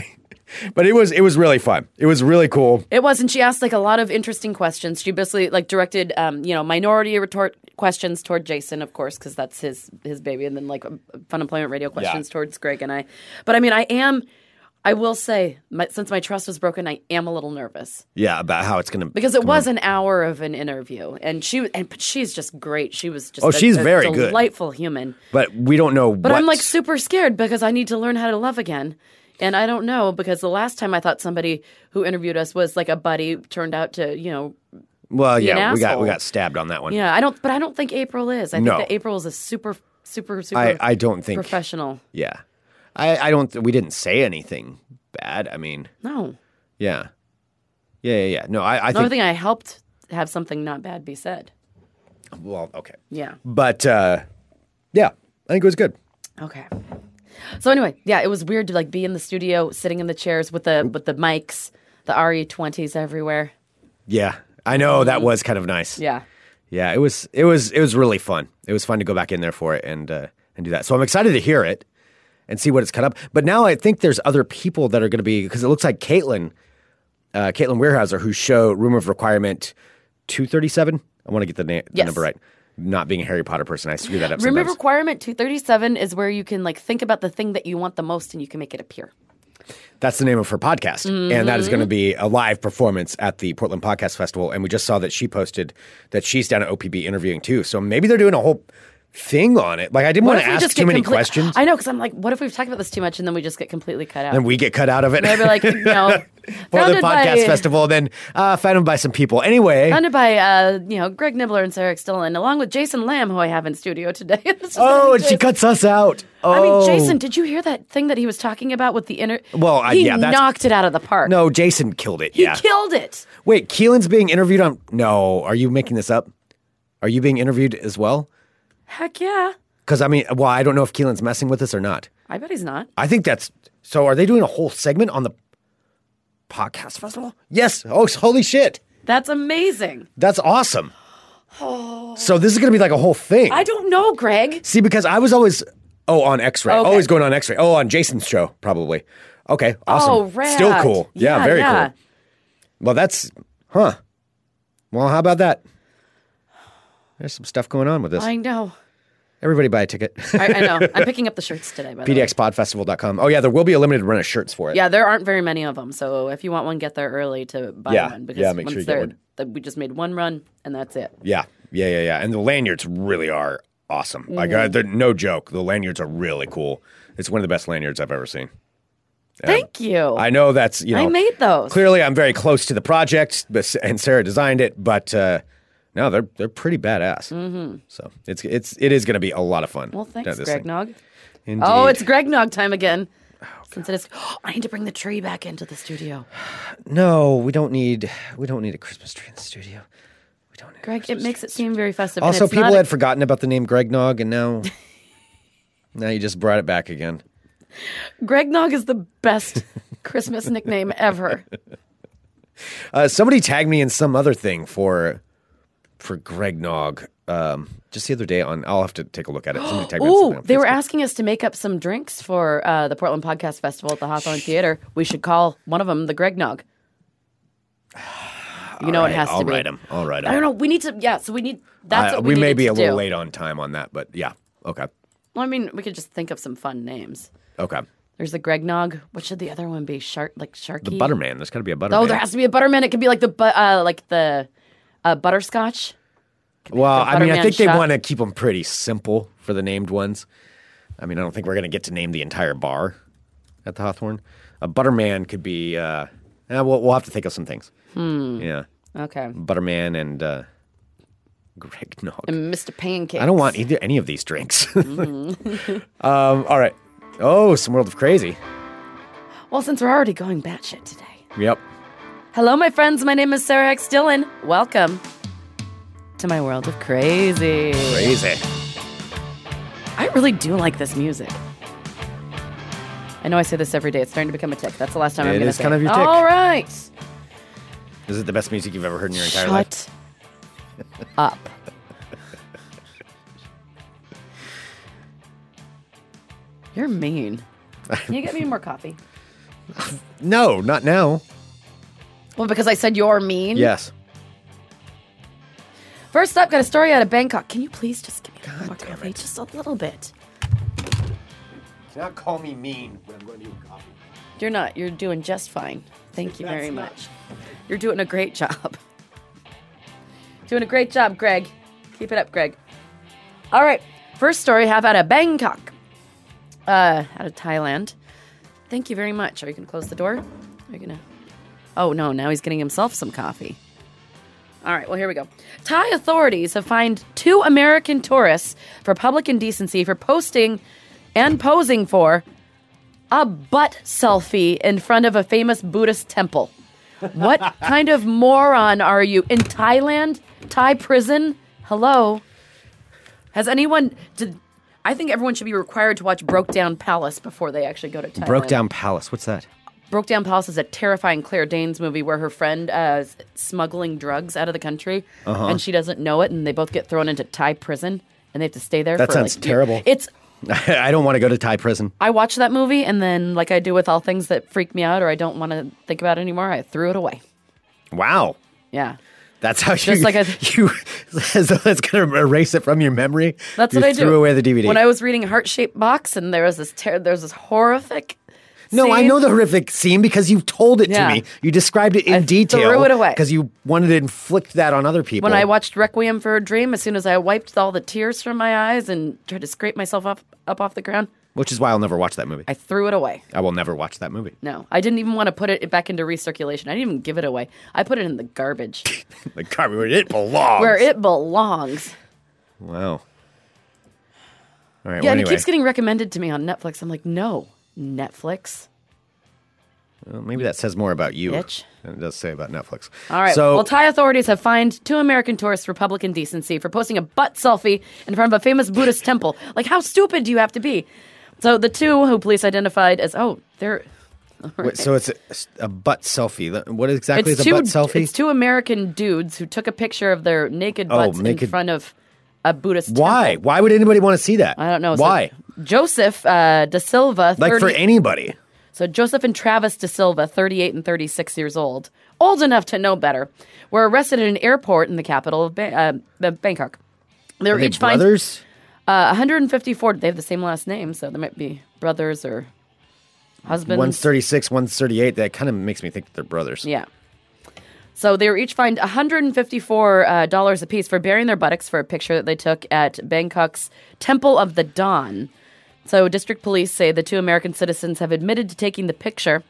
but it was it was really fun. It was really cool.
It was, and she asked like a lot of interesting questions. She basically like directed, um, you know, minority retort questions toward Jason, of course, because that's his his baby, and then like um, fun employment radio questions towards Greg and I. But I mean, I am, I will say, my, since my trust was broken, I am a little nervous
Yeah, about how it's going to
because it was an hour of an interview, and she and but she's just great. She was just
Oh,
a-
she's
a
very good.
delightful human.
But we don't know.
But I'm like super scared because I need to learn how to love again. And I don't know because the last time I thought somebody who interviewed us was like a buddy turned out to, you know,
well,
an
yeah, we got we
asshole.
got stabbed on that one.
yeah, I don't but I don't think April is. I
No.
think that April is a super super super
I I don't think.
professional.
Yeah, I I don't. th- We didn't say anything bad. I mean,
No.
yeah, yeah, yeah. yeah. No, I I
The only
think.
thing I helped have something not bad be said.
Well, okay,
Yeah.
but uh, yeah, I think it was good.
Okay. So anyway, yeah, it was weird to like be in the studio sitting in the chairs with the with the mics, the RE20s everywhere.
Yeah, I know
Mm-hmm.
that was kind of nice.
Yeah.
Yeah, it was it was it was really fun. It was fun to go back in there for it and uh, and do that. So I'm excited to hear it and see what it's cut up. But now I think there's other people that are going to be because it looks like Caitlin, uh, Caitlin Weyerhauser, who show Room of Requirement 237. I want to get the, na- the
Yes.
number right. Not being a Harry Potter person, I screw that up.
Room of
sometimes.
requirement 237 is where you can like think about the thing that you want the most and you can make it appear.
That's the name of her podcast. And that is
Mm-hmm.
going to be a live performance at the Portland Podcast Festival. And we just saw that she posted that she's down at OPB interviewing too. So maybe they're doing a whole thing on it. Like, I didn't want to
if we
ask
just
too
get
many
complete-
questions.
I know because I'm like, what if we've talked about this too much and then we just get completely cut out?
and we get cut out of it.
I'd be like, no.
for the
founded
podcast
by,
festival, then uh, found by some people. Anyway,
Founded by uh, you know Greg Nibbler and Sarah Stillen, along with Jason Lamb, who I have in studio today. It's just
oh,
like
and she
Jason-
cuts us out. Oh,
I mean, Jason, did you hear that thing that he was talking about with the inner?
Well, I-
he
yeah, that's-
knocked it out of the park.
No, Jason killed it.
he
yeah.
killed it.
Wait, Keelan's being interviewed on. No, are you making this up? Are you being interviewed as well?
Heck yeah!
Because I mean, well, I don't know if Keelan's messing with us or not.
I bet he's not.
I think that's so. Are they doing a whole segment on the podcast festival? Yes. Oh, holy shit!
That's amazing.
That's awesome. So this is going to be like a whole thing.
I don't know, Greg.
See, because I was always oh on X ray,
Okay.
always going on X ray. Oh, on Jason's show probably. Okay, awesome.
Oh, rad.
Still cool. Yeah,
Yeah,
very
yeah.
cool. Well, that's huh. Well, how about that? There's some stuff going on with this.
I know.
Everybody buy a ticket.
I, I know. I'm picking up the shirts today. By the way.
PDXPodFestival.com. Oh yeah, there will be a limited run of shirts for it.
Yeah, there aren't very many of them. So if you want one, get there early to buy
Yeah,
one. Because
yeah, make
once
sure you get
they're,
one.
th- we just made one run and that's it.
Yeah, yeah, yeah, yeah. And the lanyards really are awesome. Like,
Mm-hmm.
uh, they're- no joke. The lanyards are really cool. It's one of the best lanyards I've ever seen.
Thank you.
I know that's you know.
I made those.
Clearly, I'm very close to the project, but- and Sarah designed it. But uh, no, they're they're pretty badass. Mm-hmm. So it's it's it is going to be a lot of fun.
well,
doing
thanks,
this
Greg
thing.
Nog.
Indeed. Oh,
Oh, it's Greg Nog time again. Since it is, I need to bring the tree back into the studio.
no. We don't need we don't need a Christmas tree in the studio. We don't. Need a
Greg, it
Christmas
makes
tree.
it seem very festive. and
Also,
it's not
people
a-
had forgotten about the name Greg Nog, and now now you just brought it back again.
Greg Nog is the best Christmas nickname ever.
Uh, somebody tagged me in some other thing for for Greg Nog. Um, just the other day on, I'll have to take a look at it. Somebody tagged me in something
Ooh,
on
they were
Facebook.
asking us to make up some drinks for uh, the Portland Podcast Festival at the Hawthorne Theater. We should call one of them the Greg Nog. You know, it has
I'll
to be.
write them. I'll write them.
I don't know. We need to. Yeah. So we need. That's what we,
we may
needed
be
to
a little
do.
late on time on that, but yeah. Okay.
Well, I mean, we could just think of some fun names.
Okay.
There's the Greg Nog. What should the other one be? Shark like Sharky.
The Butterman. There's got to be a Butterman.
Oh, there has to be a Butterman. It could be like the bu- uh, like the uh, butterscotch.
Well, I mean, I
Butterman
think they
shot.
want to keep them pretty simple for the named ones. I mean, I don't think we're going to get to name the entire bar at the Hawthorne. A Butterman could be. Uh, eh, we'll, we'll have to think of some things.
Hmm.
Yeah,
Okay.
Butterman and uh, Greg Nog.
And Mr. Pancake.
I don't want e- either any of these drinks.
Mm-hmm.
um, all right. Oh, some world of crazy.
Well, since we're already going batshit today.
Yep.
Hello, my friends. My name is Sarah X Dillon. Welcome to my world of crazy.
Crazy.
I really do like this music. I know I say this every day. It's starting to become a tick. That's the last time I'm
It
going to
is
say
kind
it.
of your tick.
All right.
Is it the best music you've ever heard in your entire life?
Shut up. You're mean. Can you get me more coffee?
No, not now.
Well, because I said you're mean.
Yes.
First up, got a story out of Bangkok. Can you please just give me a little more coffee? Just a little bit.
Not call me mean when I'm going to do a coffee.
You're not. You're doing just fine. Thank you very much. You're doing a great job. Doing a great job, Greg. Keep it up, Greg. All right. First story have out of Bangkok, uh, out of Thailand. Thank you very much. Are you going to close the door? Are you going to? Oh, no. Now he's getting himself some coffee. All right, well, here we go. Thai authorities have fined two American tourists for public indecency for posting and posing for a butt selfie in front of a famous Buddhist temple. What kind of moron are you? In Thailand? Thai prison? Hello? Has anyone. Did, I think everyone should be required to watch Broke Down Palace before they actually go to Thailand.
Broke Down Palace. What's that?
Broke Down Palace is a terrifying Claire Danes movie where her friend uh, is smuggling drugs out of the country
Uh-huh.
and she doesn't know it, and they both get thrown into Thai prison and they have to stay there.
That
for,
sounds
like,
terrible.
year- It's.
I don't want to go to Thai prison.
I watched that movie, and then, like I do with all things that freak me out or I don't want to think about anymore, I threw it away.
Wow.
Yeah,
That's how you,
Just like a-
you as though that's going to erase it from your memory.
that's
You
what I do.
threw away the DVD.
when I was reading Heart Shaped Box, and there was this ter- there was this horrific.
no, I
scene.
know the horrific scene because you told it
Yeah.
to me. You described it in
I
detail.
threw it away.
because you wanted to inflict that on other people.
When I watched Requiem for a Dream, as soon as I wiped all the tears from my eyes and tried to scrape myself up up off the ground,
which is why I'll never watch that movie.
I threw it away.
I will never watch that movie.
No, I didn't even want to put it back into recirculation. I didn't even give it away. I put it in the garbage
The garbage where it belongs.
where it belongs.
Wow. All right.
Yeah,
well,
and
Oh, anyway,
it keeps getting recommended to me on Netflix. I'm like, no, Netflix.
Well, maybe that says more about you
Bitch.
than it does say about Netflix.
All right.
So
well, Thai authorities have fined two American tourists for public indecency for posting a butt selfie in front of a famous Buddhist temple. Like, how stupid do you have to be? So the two who police identified as oh, they're
wait, so it's a, a butt selfie. What exactly
it's
is a
two
butt selfie?
it's two American dudes who took a picture of their naked
Oh,
butts in
naked-
front of a Buddhist
Why?
temple.
Why would anybody want to see that?
I don't know. So
Why?
Joseph uh, Da Silva, 30,
like for anybody.
so Joseph and Travis Da Silva, 38 and 36 years old, old enough to know better, were arrested at an airport in the capital of ba- uh, Ba- Bangkok. They were
Are they
each fined
brothers?
uh, 154. They have the same last name, so they might be brothers or husbands.
One's 36, one's 38. That kind of makes me think that they're brothers.
Yeah. So they were each fined $154 uh, dollars apiece for burying their buttocks for a picture that they took at Bangkok's Temple of the Dawn. So district police say the two American citizens have admitted to taking the picture.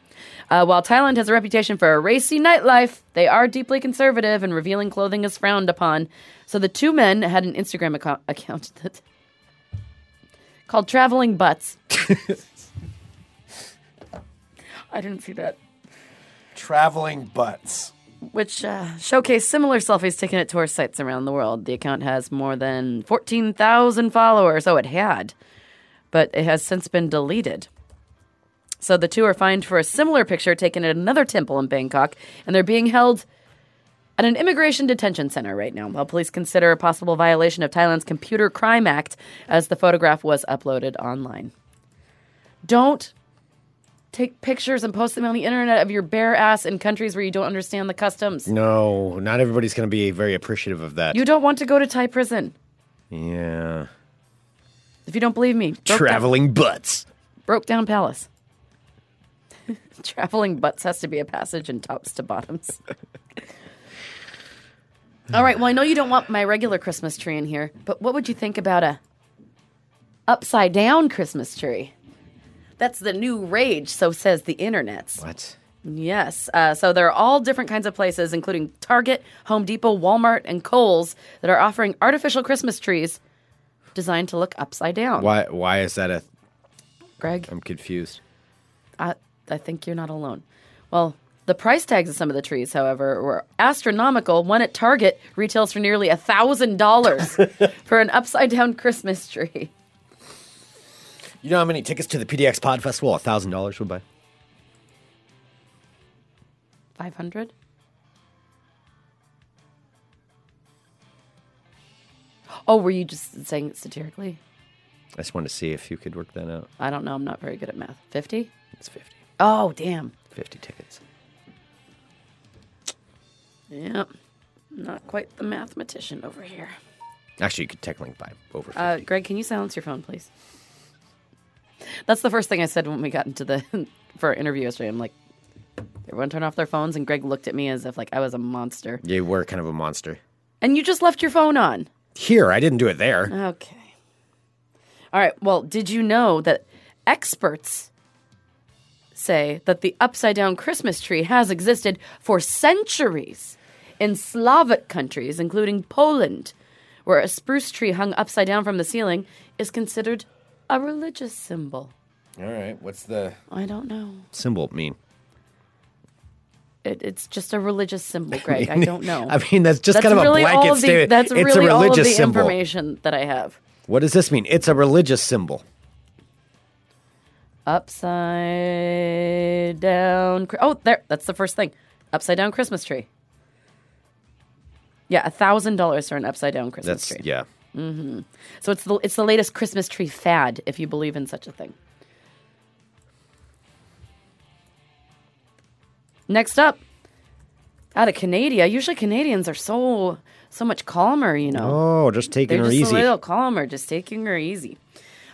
Uh, while Thailand has a reputation for a racy nightlife, they are deeply conservative and revealing clothing is frowned upon. So the two men had an Instagram account, account that called Traveling Butts. I didn't see that
Traveling butts.
which uh, showcase similar selfies taken at tourist sites around the world. The account has more than 14,000 followers. Oh, it had, but it has since been deleted. So the two are fined for a similar picture taken at another temple in Bangkok, and they're being held at an immigration detention center right now while police consider a possible violation of Thailand's Computer Crime Act as the photograph was uploaded online. Don't take pictures and post them on the internet of your bare ass in countries where you don't understand the customs.
No, not everybody's going to be very appreciative of that.
You don't want to go to Thai prison.
yeah.
If you don't believe me, broke
Traveling butts.
down, broke down palace. Traveling butts has to be a passage and tops to bottoms. All right. Well, I know you don't want my regular Christmas tree in here, but what would you think about a upside down Christmas tree? That's the new rage, so says the internets.
What?
Yes. Uh, so there are all different kinds of places, including Target, Home Depot, Walmart, and Kohl's, that are offering artificial Christmas trees designed to look upside down.
Why why is that a
Greg,
I'm confused.
I, I think you're not alone. Well, the price tags of some of the trees, however, were astronomical. One at Target retails for nearly $1,000 for an upside down Christmas tree.
You know how many tickets to the PDX Pod Festival $1000 would buy?
500 Oh, were you just saying it satirically?
I just wanted to see if you could work that out.
I don't know. I'm not very good at math. 50?
It's 50.
Oh, damn.
50 tickets.
Yep. Not quite the mathematician over here.
Actually, you could technically buy over 50.
Uh, Greg, can you silence your phone, please? That's the first thing I said when we got into the for our interview yesterday. I'm like, everyone turn off their phones, and Greg looked at me as if like I was a monster.
you were kind of a monster.
And you just left your phone on.
Here, I didn't do it there.
Okay. All right. Well, did you know that experts say that the upside down Christmas tree has existed for centuries in Slavic countries, including Poland, where a spruce tree hung upside down from the ceiling is considered a religious symbol?
All right, what's the
I don't know.
symbol mean?
It, it's just a religious symbol, Greg. I don't know.
I mean, that's just
That's
kind of
really
a
all
blanket
of the-
statement.
That's
it's
really
a
all of the
religious symbol.
information that I have.
What does this mean? It's a religious symbol.
Upside down. Chri- Oh, there. That's the first thing. Upside down Christmas tree. Yeah, a thousand dollars for an upside down Christmas
That's
tree.
yeah.
So it's the it's the latest Christmas tree fad, if you believe in such a thing. Next up, out of Canada. Usually Canadians are so so much calmer, you know.
Oh, just taking
They're
her
just
easy.
a little calmer, just taking her easy.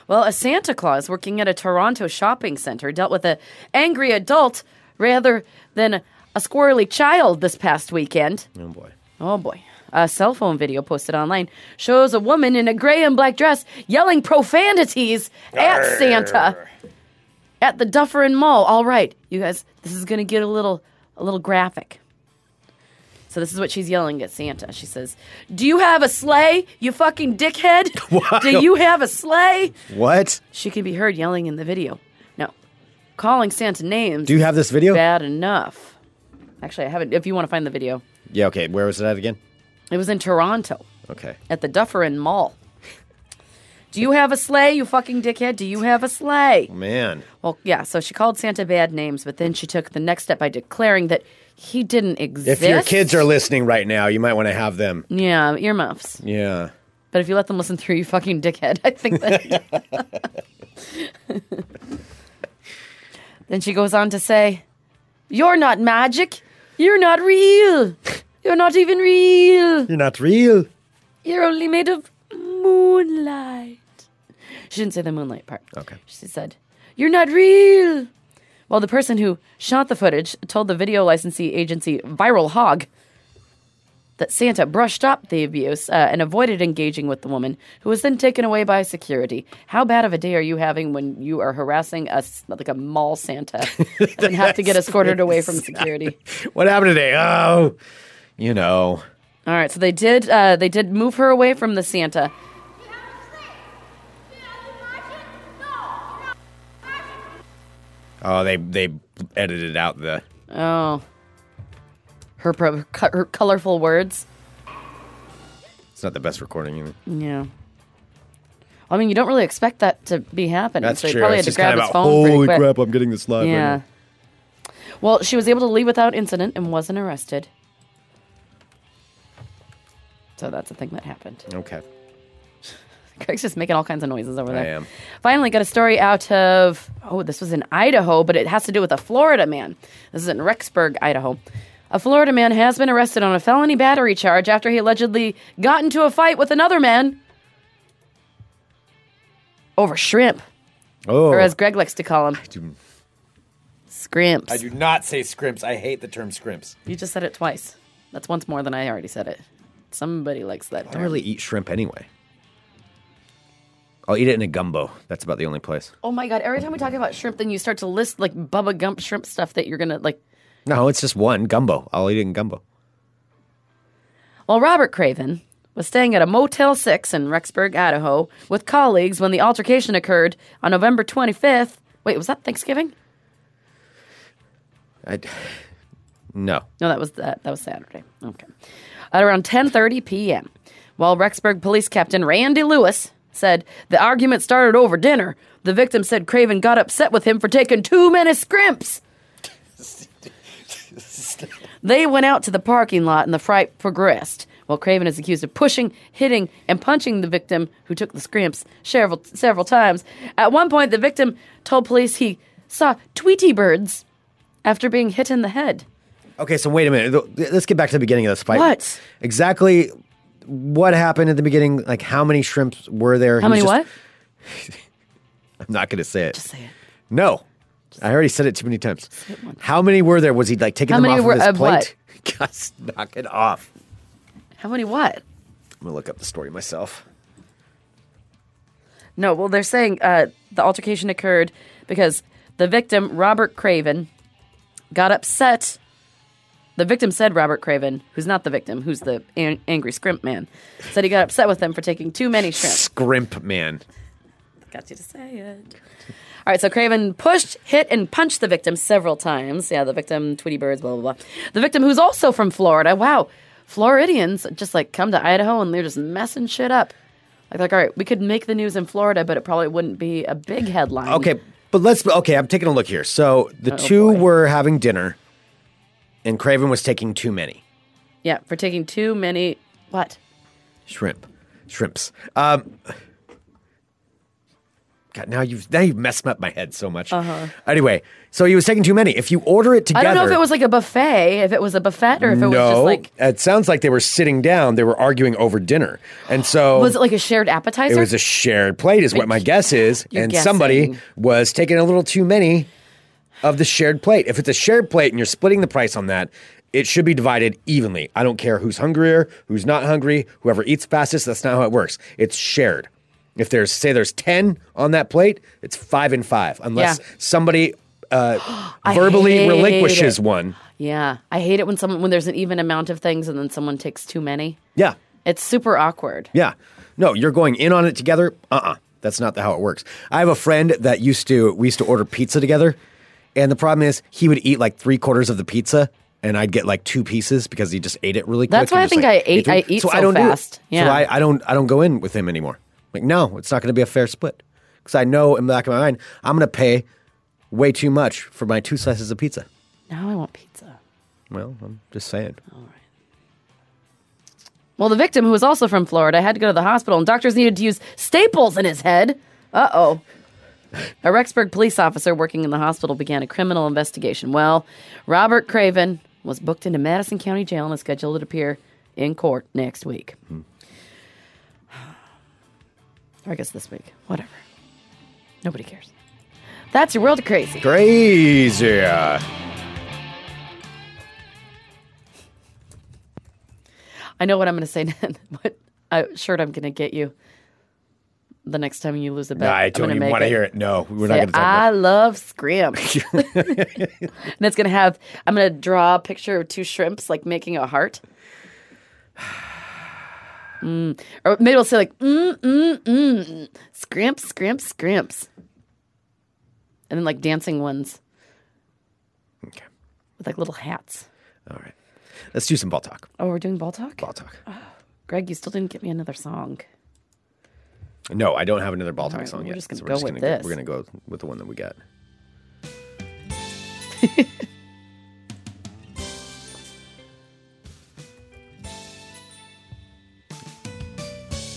Well, a Santa Claus working at a Toronto shopping center dealt with an angry adult rather than a squirrely child this past weekend.
Oh boy.
Oh boy. A cell phone video posted online shows a woman in a gray and black dress yelling profanities at Santa at the Dufferin Mall. All right, you guys, this is going to get a little a little graphic. So this is what she's yelling at Santa. She says, "Do you have a sleigh, you fucking dickhead? Do you have a sleigh?"
What?
She can be heard yelling in the video. No, calling Santa names
Do you have this video?
bad enough. Actually, I haven't. If you want to find the video,
Yeah. Okay. Where was it at again?
it was in Toronto.
Okay.
at the Dufferin Mall. Do you have a sleigh, you fucking dickhead? Do you have a sleigh?
Man.
Well, yeah, so she called Santa bad names, but then she took the next step by declaring that he didn't
If
exist.
your kids are listening right now, you might want to have them.
Yeah, earmuffs.
Yeah.
But if you let them listen through, you fucking dickhead. I think that. then she goes on to say, You're not magic. You're not real. You're not even real.
You're not real.
You're only made of moonlight. She didn't say the moonlight part.
Okay.
She said, You're not real. Well, the person who shot the footage told the video licensee agency Viral Hog that Santa brushed up the abuse uh, and avoided engaging with the woman, who was then taken away by security. How bad of a day are you having when you are harassing a s- like a mall Santa and have to get escorted away from security?
What happened today? Oh, you know.
All right, so they did uh, they did move her away from the Santa.
Oh, they they edited out the.
Oh. Her, pro- her, co- her colorful words.
It's not the best recording either.
Yeah. I mean, you don't really expect that to be happening.
That's
so he
true.
probably
It's
had
just
to grab
kind of
his
about,
phone
holy
pretty quick.
crap, I'm getting this live. Right
Yeah.
now.
Well, she was able to leave without incident and wasn't arrested. So that's a thing that happened.
Okay.
Greg's just making all kinds of noises over there.
am.
Finally, got a story out of oh, this was in Idaho, but it has to do with a Florida man. This is in Rexburg, Idaho. A Florida man has been arrested on a felony battery charge after he allegedly got into a fight with another man over shrimp,
Oh.
or as Greg likes to call him,
do-
scrimps.
I do not say scrimps. I hate the term scrimps.
You just said it twice. That's once more than I already said it. Somebody likes that.
I
term.
don't really eat shrimp anyway. I'll eat it in a gumbo. That's about the only place.
Oh my god! Every time we talk about shrimp, then you start to list like Bubba Gump shrimp stuff that you're gonna like.
No, it's just one gumbo. I'll eat it in gumbo.
While Robert Craven was staying at a Motel 6 in Rexburg, Idaho, with colleagues when the altercation occurred on November 25th. Wait, was that Thanksgiving?
I no.
No, that was that, that was Saturday. Okay. At around 10:30 p.m., while Rexburg Police Captain Randy Lewis said the argument started over dinner, the victim said Craven got upset with him for taking too many scrimps. They went out to the parking lot and the fight progressed. while Craven is accused of pushing, hitting, and punching the victim, who took the scrimps several, several times. At one point, the victim told police he saw Tweety birds after being hit in the head.
Okay, so wait a minute. Th- th- Let's get back to the beginning of this fight.
What?
Exactly what happened at the beginning? Like, how many shrimps were there?
How
He was
many
just-
what?
I'm not going to say it.
Just say it.
No. I already said it too many times. How many were there? Was he like taking
How
them
many
off
were-
of his
of
plate? Just knock it off.
How many what?
I'm going to look up the story myself.
No, well, they're saying uh, the altercation occurred because the victim, Robert Craven, got upset. The victim said Robert Craven, who's not the victim, who's the an- angry scrimp man, said he got upset with them for taking too many shrimp.
Scrimp man.
Got you to say it. All right, so Craven pushed, hit, and punched the victim several times. Yeah, the victim, Tweety Birds, blah, blah, blah. The victim, who's also from Florida. Wow, Floridians just like come to Idaho and they're just messing shit up. Like, like, all right, we could make the news in Florida, but it probably wouldn't be a big headline.
Okay, but let's. Okay, I'm taking a look here. So the two
Oh, boy.
were having dinner, and Craven was taking too many
Yeah, for taking too many. What?
shrimp, shrimps. Um, God, now you've now you've messed up my head so much. Uh-huh. Anyway, so he was taking too many. If you order it
I
together,
don't know if it was like a buffet, if it was a buffet, or if it was
no,
just like
it sounds like they were sitting down. They were arguing over dinner, and so
was it like a shared appetizer?
It was a shared plate, is what my guess is.
You're
and somebody
guessing.
was taking a little too many of the shared plate. If it's a shared plate and you're splitting the price on that, it should be divided evenly. I don't care who's hungrier, who's not hungry, whoever eats fastest. That's not how it works. It's shared. If there's, say, there's 10 on that plate, it's five and five, unless
Yeah.
somebody uh,
I hate
verbally
it.
relinquishes one.
yeah, I hate it when someone when there's an even amount of things and then someone takes too many.
Yeah.
It's super awkward.
Yeah. No, you're going in on it together. Uh uh That's not the, how it works. I have a friend that used to, we used to order pizza together. And the problem is, he would eat like three quarters of the pizza, and I'd get like two pieces because he just ate it really quick.
That's why
and
I
just,
think
like,
I ate-
through
I
it.
eat so
I don't do it.
fast. Yeah.
So I, I don't. I don't go in with him anymore. Like, no, it's not going to be a fair split because I know in the back of my mind I'm going to pay way too much for my two slices of pizza.
Now I want pizza.
Well, I'm just saying.
Oh. Well, the victim, who was also from Florida, had to go to the hospital, and doctors needed to use staples in his head. Uh oh. A Rexburg police officer working in the hospital began a criminal investigation. Well, Robert Craven was booked into Madison County Jail and is scheduled to appear in court next week. Or I guess this week. Whatever. Nobody cares. That's your world of crazy.
Crazy.
I know what I'm going to say. what uh, shirt I'm going to get you the next time you lose a bet?
I
I'm
don't
gonna
even
make
want to hear it. No, we're not
Say,
going to talk about it.
I love scrimps. and it's gonna have. I'm gonna draw a picture of two shrimps like making a heart. Mm. Or maybe we'll say like mm mm mm scrimps scrimps scrimps, and then like dancing ones
Okay.
with like little hats.
All right. Let's do some ball talk.
Oh, we're doing ball talk.
Ball talk.
Greg, you still didn't get me another song.
No, I don't have another ball talk
right,
song
we're
yet.
just gonna
so
go with
gonna
this.
We're going to go with the one that we got.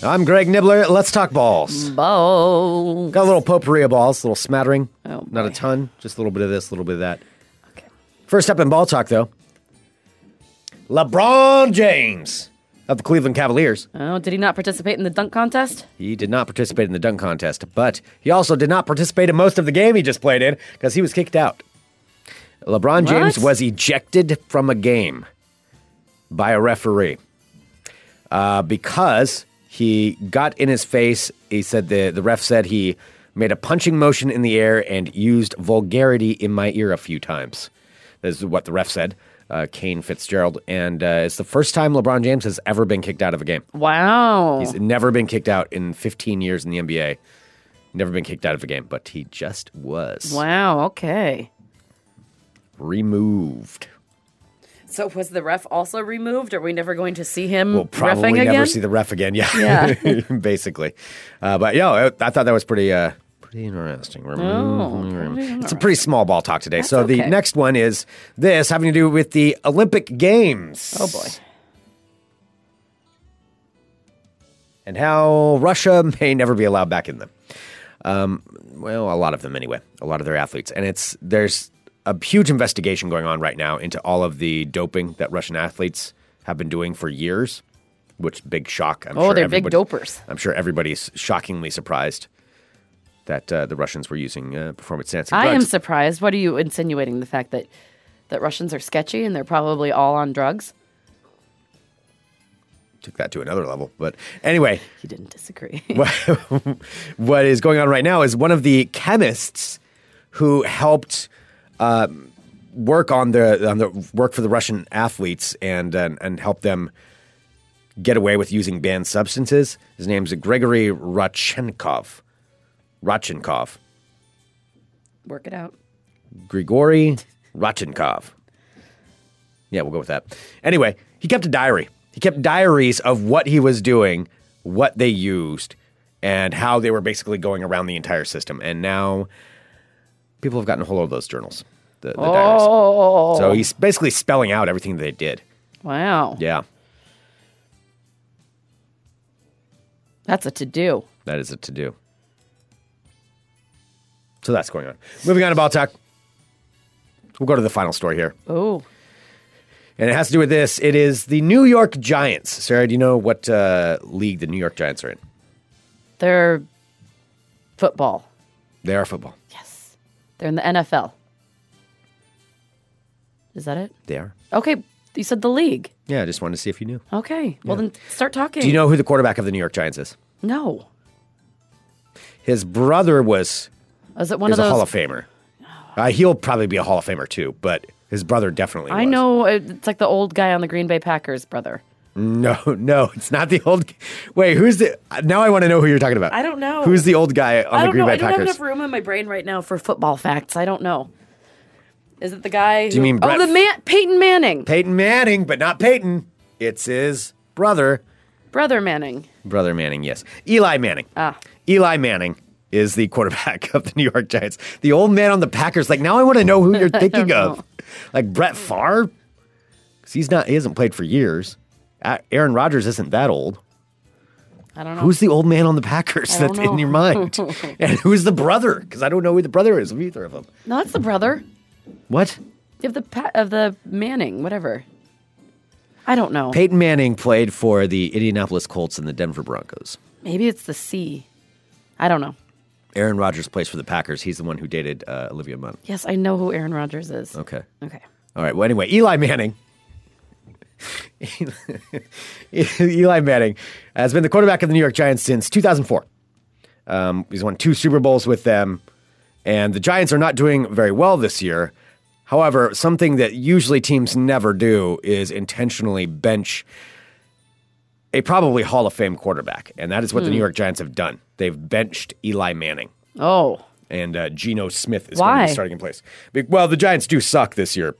I'm Greg Nibbler. Let's talk
Mm.
balls.
Ball.
Got a little potpourri of balls, a little smattering.
Oh,
Not a
boy.
ton, just a little bit of this, a little bit of that.
Okay.
First up in ball talk, though, LeBron James of the Cleveland Cavaliers.
Oh, did he not participate in the dunk contest?
He did not participate in the dunk contest, but he also did not participate in most of the game he just played in because he was kicked out. LeBron James
What?
was ejected from a game by a referee uh, because he got in his face. He said the, the ref said he made a punching motion in the air and used vulgarity in my ear a few times. This is what the ref said, uh, Kane Fitzgerald. And uh, it's the first time LeBron James has ever been kicked out of a game.
Wow.
He's never been kicked out in 15 years in the NBA. Never been kicked out of a game, but he just was
wow. Okay.
removed.
So was the ref also removed? Are we never going to see him
We'll probably
Mm, refing
never
again?
see the ref again. Yeah,
Yeah.
basically. Uh, but yeah, I, I thought that was pretty, uh, pretty interesting.
Oh, pretty
It's a pretty small ball talk today. so the
okay.
next one is this having to do with the Olympic Games.
oh boy.
and how Russia may never be allowed back in them. Um, well, a lot of them anyway, a lot of their athletes. And it's there's a huge investigation going on right now into all of the doping that Russian athletes have been doing for years, which big shock. I'm
Oh,
sure
they're big
everybody-
dopers.
I'm sure everybody's shockingly surprised that uh, the Russians were using uh, performance enhancing
I
drugs.
am surprised. What are you insinuating? The fact that that Russians are sketchy and they're probably all on drugs.
Took that to another level, but anyway.
You didn't disagree.
what is going on right now is one of the chemists who helped uh, work on the on the work for the Russian athletes and and, and help them get away with using banned substances. His name's Gregory Rodchenkov. Rodchenkov.
Work it out.
Grigory Rodchenkov. Yeah, we'll go with that. Anyway, he kept a diary. He kept diaries of what he was doing, what they used, and how they were basically going around the entire system. And now people have gotten a hold of those journals, the, the diaries.
Oh
So he's basically spelling out everything they did.
wow,
Yeah,
that's a to do.
that is a to do. So that's going on. Moving on to ball talk. We'll go to the final story here.
Oh,
And it has to do with this. It is the New York Giants. Sarah, do you know what uh, league the New York Giants are in?
they're football.
They are football.
Yes, they're in the NFL. Is that it?
They are.
Okay, you said the league.
Yeah, I just wanted to see if you knew.
Okay, well then start talking.
Do you know who the quarterback of the New York Giants is?
No,
His brother was
is it one
is
of
a
those?
Hall of Famer. Uh, he'll probably be a Hall of Famer too, but his brother definitely.
I
was.
know it- it's like the old guy on the Green Bay Packers, brother.
No, no, it's not the old. Wait, who's the? Now I want to know who you're talking about.
I don't know.
Who's the old guy on
I
the
don't
Green
know.
Bay
I don't have
Packers?
enough room in my brain right now for football facts. I don't know. Is it the guy? Do
you mean Brett-
Oh, the man, Peyton Manning,
Peyton Manning, but not Peyton. It's his brother.
brother Manning.
Brother Manning, yes. Eli Manning.
Ah.
Eli Manning is the quarterback of the New York Giants. The old man on the Packers. Like now, I want to know who you're thinking of. Like Brett Favre, because he's not. He hasn't played for years. A- Aaron Rodgers isn't that old.
I don't know.
Who's the old man on the Packers
don't
that's in
know.
your mind? and who's the brother? Because I don't know who the brother is of either of them.
no, that's the brother
What?
of the pa- of the Manning, whatever. I don't know.
Peyton Manning played for the Indianapolis Colts and the Denver Broncos.
Maybe it's the C. I don't know.
Aaron Rodgers plays for the Packers. He's the one who dated uh, Olivia Munn.
Yes, I know who Aaron Rodgers is.
Okay.
Okay.
All right. Well, anyway, Eli Manning. Eli Manning has been the quarterback of the New York Giants since 2004. Um, he's won two Super Bowls with them, and the Giants are not doing very well this year. However, something that usually teams never do is intentionally bench a probably Hall of Fame quarterback, and that is what the New York Giants have done. They've benched Eli Manning
Oh,
and uh, Geno Smith is going to
Why?
be starting in place. Be- well, the Giants do suck this year.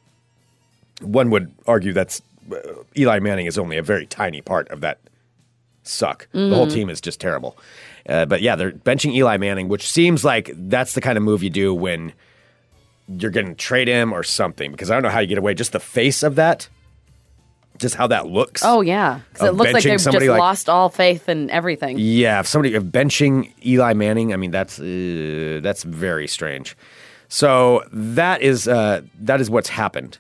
One would argue that's uh, Eli Manning is only a very tiny part of that suck. The
Mm-hmm.
whole team is just terrible. Uh, but yeah, they're benching Eli Manning, which seems like that's the kind of move you do when you're going to trade him or something. Because I don't know how you get away. Just the face of that, just how that looks.
oh yeah. Because
Of
it looks like
benching
they've just
somebody like-
lost all faith in everything.
Yeah, if somebody if benching Eli Manning, I mean that's uh, that's very strange. So that is uh, that is what's happened,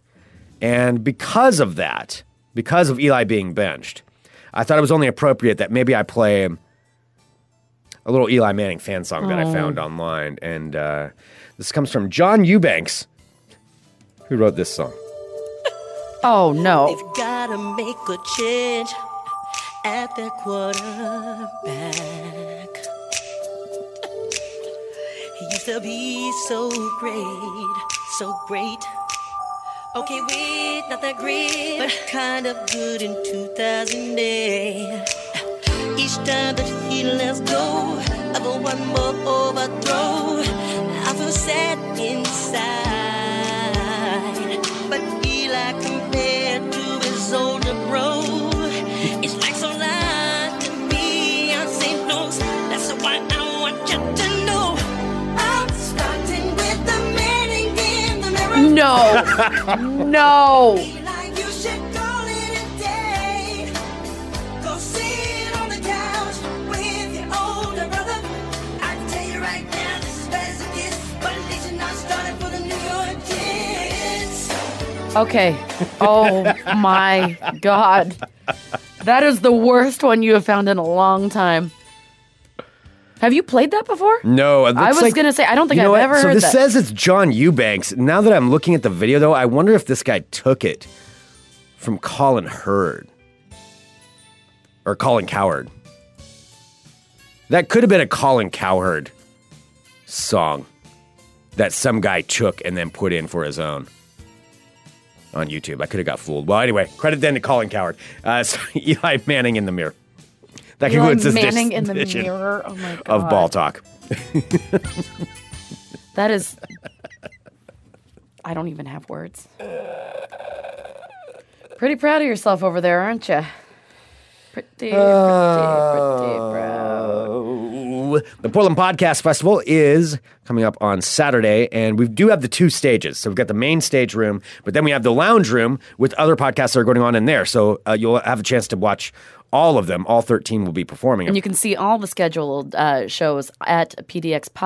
and because of that, because of Eli being benched, I thought it was only appropriate that maybe I play a little Eli Manning fan song that
Oh.
I found online, and uh, this comes from John Eubanks, who wrote this song.
Oh no.
They've gotta make a change at their quarterback. He used to be so great, so great. Okay, wait, not that great, but kind of good in 2008. Each time that he lets go of a one more overthrow, I feel sad inside. But Eli compared to his older bro, it's like so light to me. I say no, that's why I want you to know. I'm starting with the man in the mirror.
No. no.
Eli, you should call it a day. Go sit on the couch.
Okay. Oh my God. That is the worst one you have found in a long time. Have you played that before?
No, it
I
looks
was
like-
gonna say, I don't think
you know
I've
what?
ever
so
heard
this
that.
says it's John Eubanks. Now that I'm looking at the video, though, I wonder if this guy took it from Colin Hurd or Colin Cowherd. That could have been a Colin Cowherd song that some guy took and then put in for his own on YouTube. I could have got fooled. Well, anyway, credit then to Colin Cowherd. Uh, so Eli Manning in the mirror. That
Eli
concludes this
Manning in the
edition
mirror. Oh my god.
of Ball Talk.
That is. I don't even have words. Pretty proud of yourself over there, aren't you? Pretty, pretty, pretty proud.
Oh, The Portland Podcast Festival is coming up on Saturday, and we do have the two stages. So we've got the main stage room, but then we have the lounge room with other podcasts that are going on in there. So uh, you'll have a chance to watch all of them. All 13 will be performing.
And you can see all the scheduled uh, shows at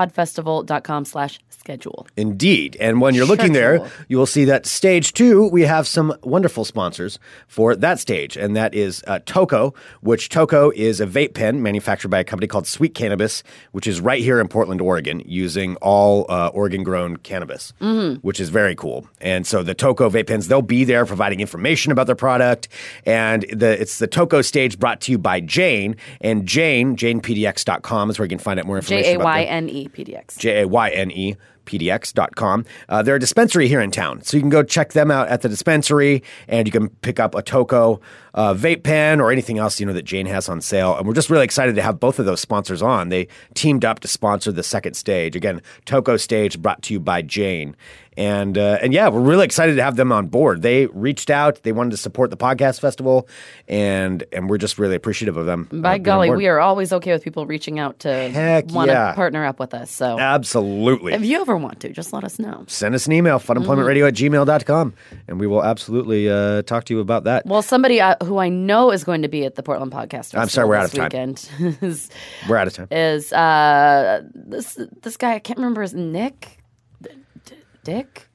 pdxpodfestival.com slash schedule.
Indeed. And when you're looking
Schedule.
there, you will see that stage two, we have some wonderful sponsors for that stage. And that is uh, Toco, which Toco is a vape pen manufactured by a company called Sweet Cannabis, which is right here in Portland, Oregon, using all uh, Oregon grown cannabis,
Mm-hmm.
which is very cool. And so the Toco vape pens, they'll be there providing information about their product. And the it's the Toco stage brought to you by Jane. And Jane, janepdx.com is where you can find out more information
J A
about them.
Y N E PDX.
J A Y N E PDX.com. Uh, they're a dispensary here in town. So you can go check them out at the dispensary and you can pick up a Toco uh, vape pen or anything else, you know, that Jane has on sale. And we're just really excited to have both of those sponsors on. They teamed up to sponsor the second stage. Again, Toco stage brought to you by Jane. And, uh, and yeah, we're really excited to have them on board. They reached out. They wanted to support the podcast festival and, and we're just really appreciative of them.
By golly, we are always okay with people reaching out to
Heck
want to
yeah.
partner up with us. So
Absolutely.
if you ever want to, just let us know.
send us an email,
Mm-hmm.
funemploymentradio at gmail.com, and we will absolutely uh, talk to you about that.
Well, somebody uh, who I know is going to be at the Portland Podcast Festival
I'm sorry, we're out
this
of
weekend is,
We're out of time.
is uh, this this guy I can't remember his Nick D- D- Dick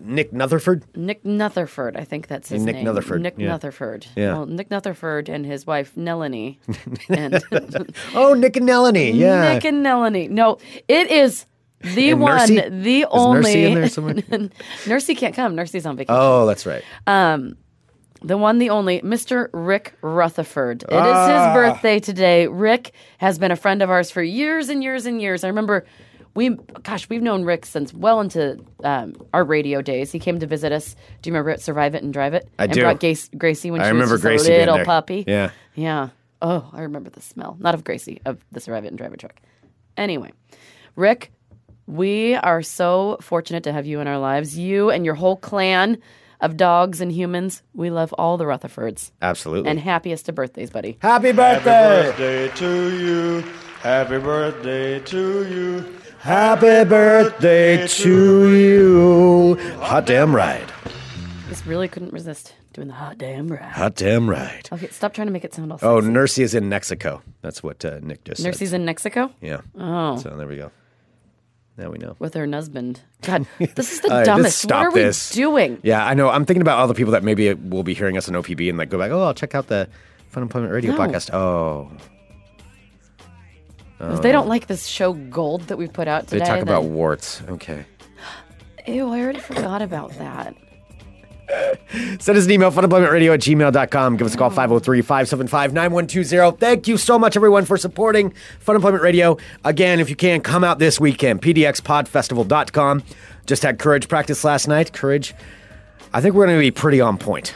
Nick Rutherford?
Nick Nutherford I think that's his
Nick
name
Nutherford,
Nick
yeah.
Nutherford
Yeah.
well, Nick Nutherford and his wife Melanie and
Oh, Nick and Melanie. Yeah.
Nick and Melanie no it is the
And
one
Nursey?
the
Is
only
Nursey in there somewhere?
Nursey can't come Nursey's on vacation
oh, that's right.
The one, the only, Mr. Rick Rutherford. It is
Ah.
his birthday today. Rick has been a friend of ours for years and years and years. I remember we, gosh, we've known Rick since well into um, our radio days. He came to visit us. Do you remember it? Survive it and drive it.
I
and
do.
Brought Grace, Gracie when
I
she
remember
was just
Gracie
a
being
little
there.
puppy.
Yeah.
Yeah. Oh, I remember the smell. Not of Gracie, of the Survive It and Drive It truck. Anyway, Rick, we are so fortunate to have you in our lives. You and your whole clan of dogs and humans. We love all the Rutherfords.
Absolutely.
And happiest of birthdays, buddy.
Happy birthday.
birthday to you. Happy birthday to you.
Happy birthday to you. Hot damn right.
Just really couldn't resist doing the hot damn right.
Hot damn right.
Okay, stop trying to make it sound all
Oh,
sexy.
Nursey is in Mexico. That's what uh, Nick just
Nursey's
said.
in Mexico
Yeah. Oh. So there we go. Now we know.
with her husband. God, this is the
All right,
dumbest.
let's stop
what are
this.
we doing?
Yeah, I know. I'm thinking about all the people that maybe will be hearing us on OPB and like go back, oh, I'll check out the Fun Employment Radio
No.
podcast. Oh,
If they don't like this show Gold that we put out
they
today,
talk
then-
about warts. Okay.
Ew, I already forgot about that.
Send us an email, funemploymentradio at gmail.com. Give us a
Mm-hmm.
call, 503 575 9120. Thank you so much, everyone, for supporting Fun Employment Radio. Again, if you can, come out this weekend, pdxpodfestival.com. Just had courage practice last night. Courage. I think we're going to be pretty on point.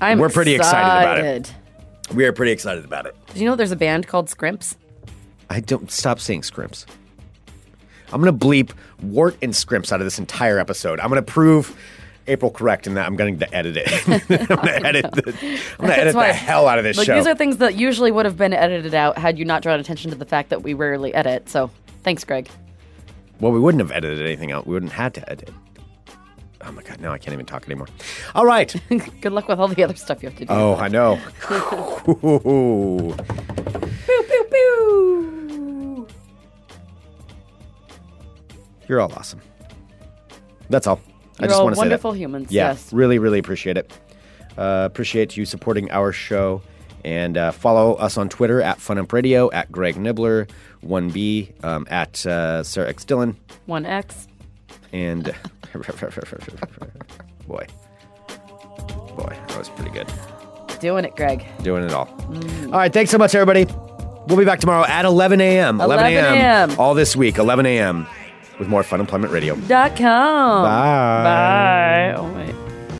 I'm
We're pretty excited about it.
excited.
We are pretty excited about it.
Did you know there's a band called Scrimps?
I don't stop saying scrimps. I'm gonna bleep wart and scrimps out of this entire episode. I'm gonna prove April correct in that I'm going to edit it. I'm gonna edit the, I'm gonna edit the hell out of this
like,
show.
These are things that usually would have been edited out had you not drawn attention to the fact that we rarely edit. So thanks, Greg.
well, we wouldn't have edited anything out. We wouldn't have had to edit. Oh my god, now I can't even talk anymore. All right.
Good luck with all the other stuff you have to do.
Oh, I know.
Pew, pew.
You're all awesome. That's all. I
You're
just
all
want to say that.
wonderful humans,
Yeah,
yes.
really, really appreciate it. Uh, appreciate you supporting our show. And uh, follow us on Twitter at Fun Ump Radio, at Greg Nibbler, 1B, um, at uh, Sarah X. Dillon,
One X.
and boy, boy, that was pretty good.
Doing it, Greg.
Doing it all.
Mm.
All right, thanks so much, everybody. We'll be back tomorrow at 11 a.m.
11 a.m..
All this week, 11 a.m. With more Fun Employment Radio.
Dot com.
Bye.
Bye. Oh.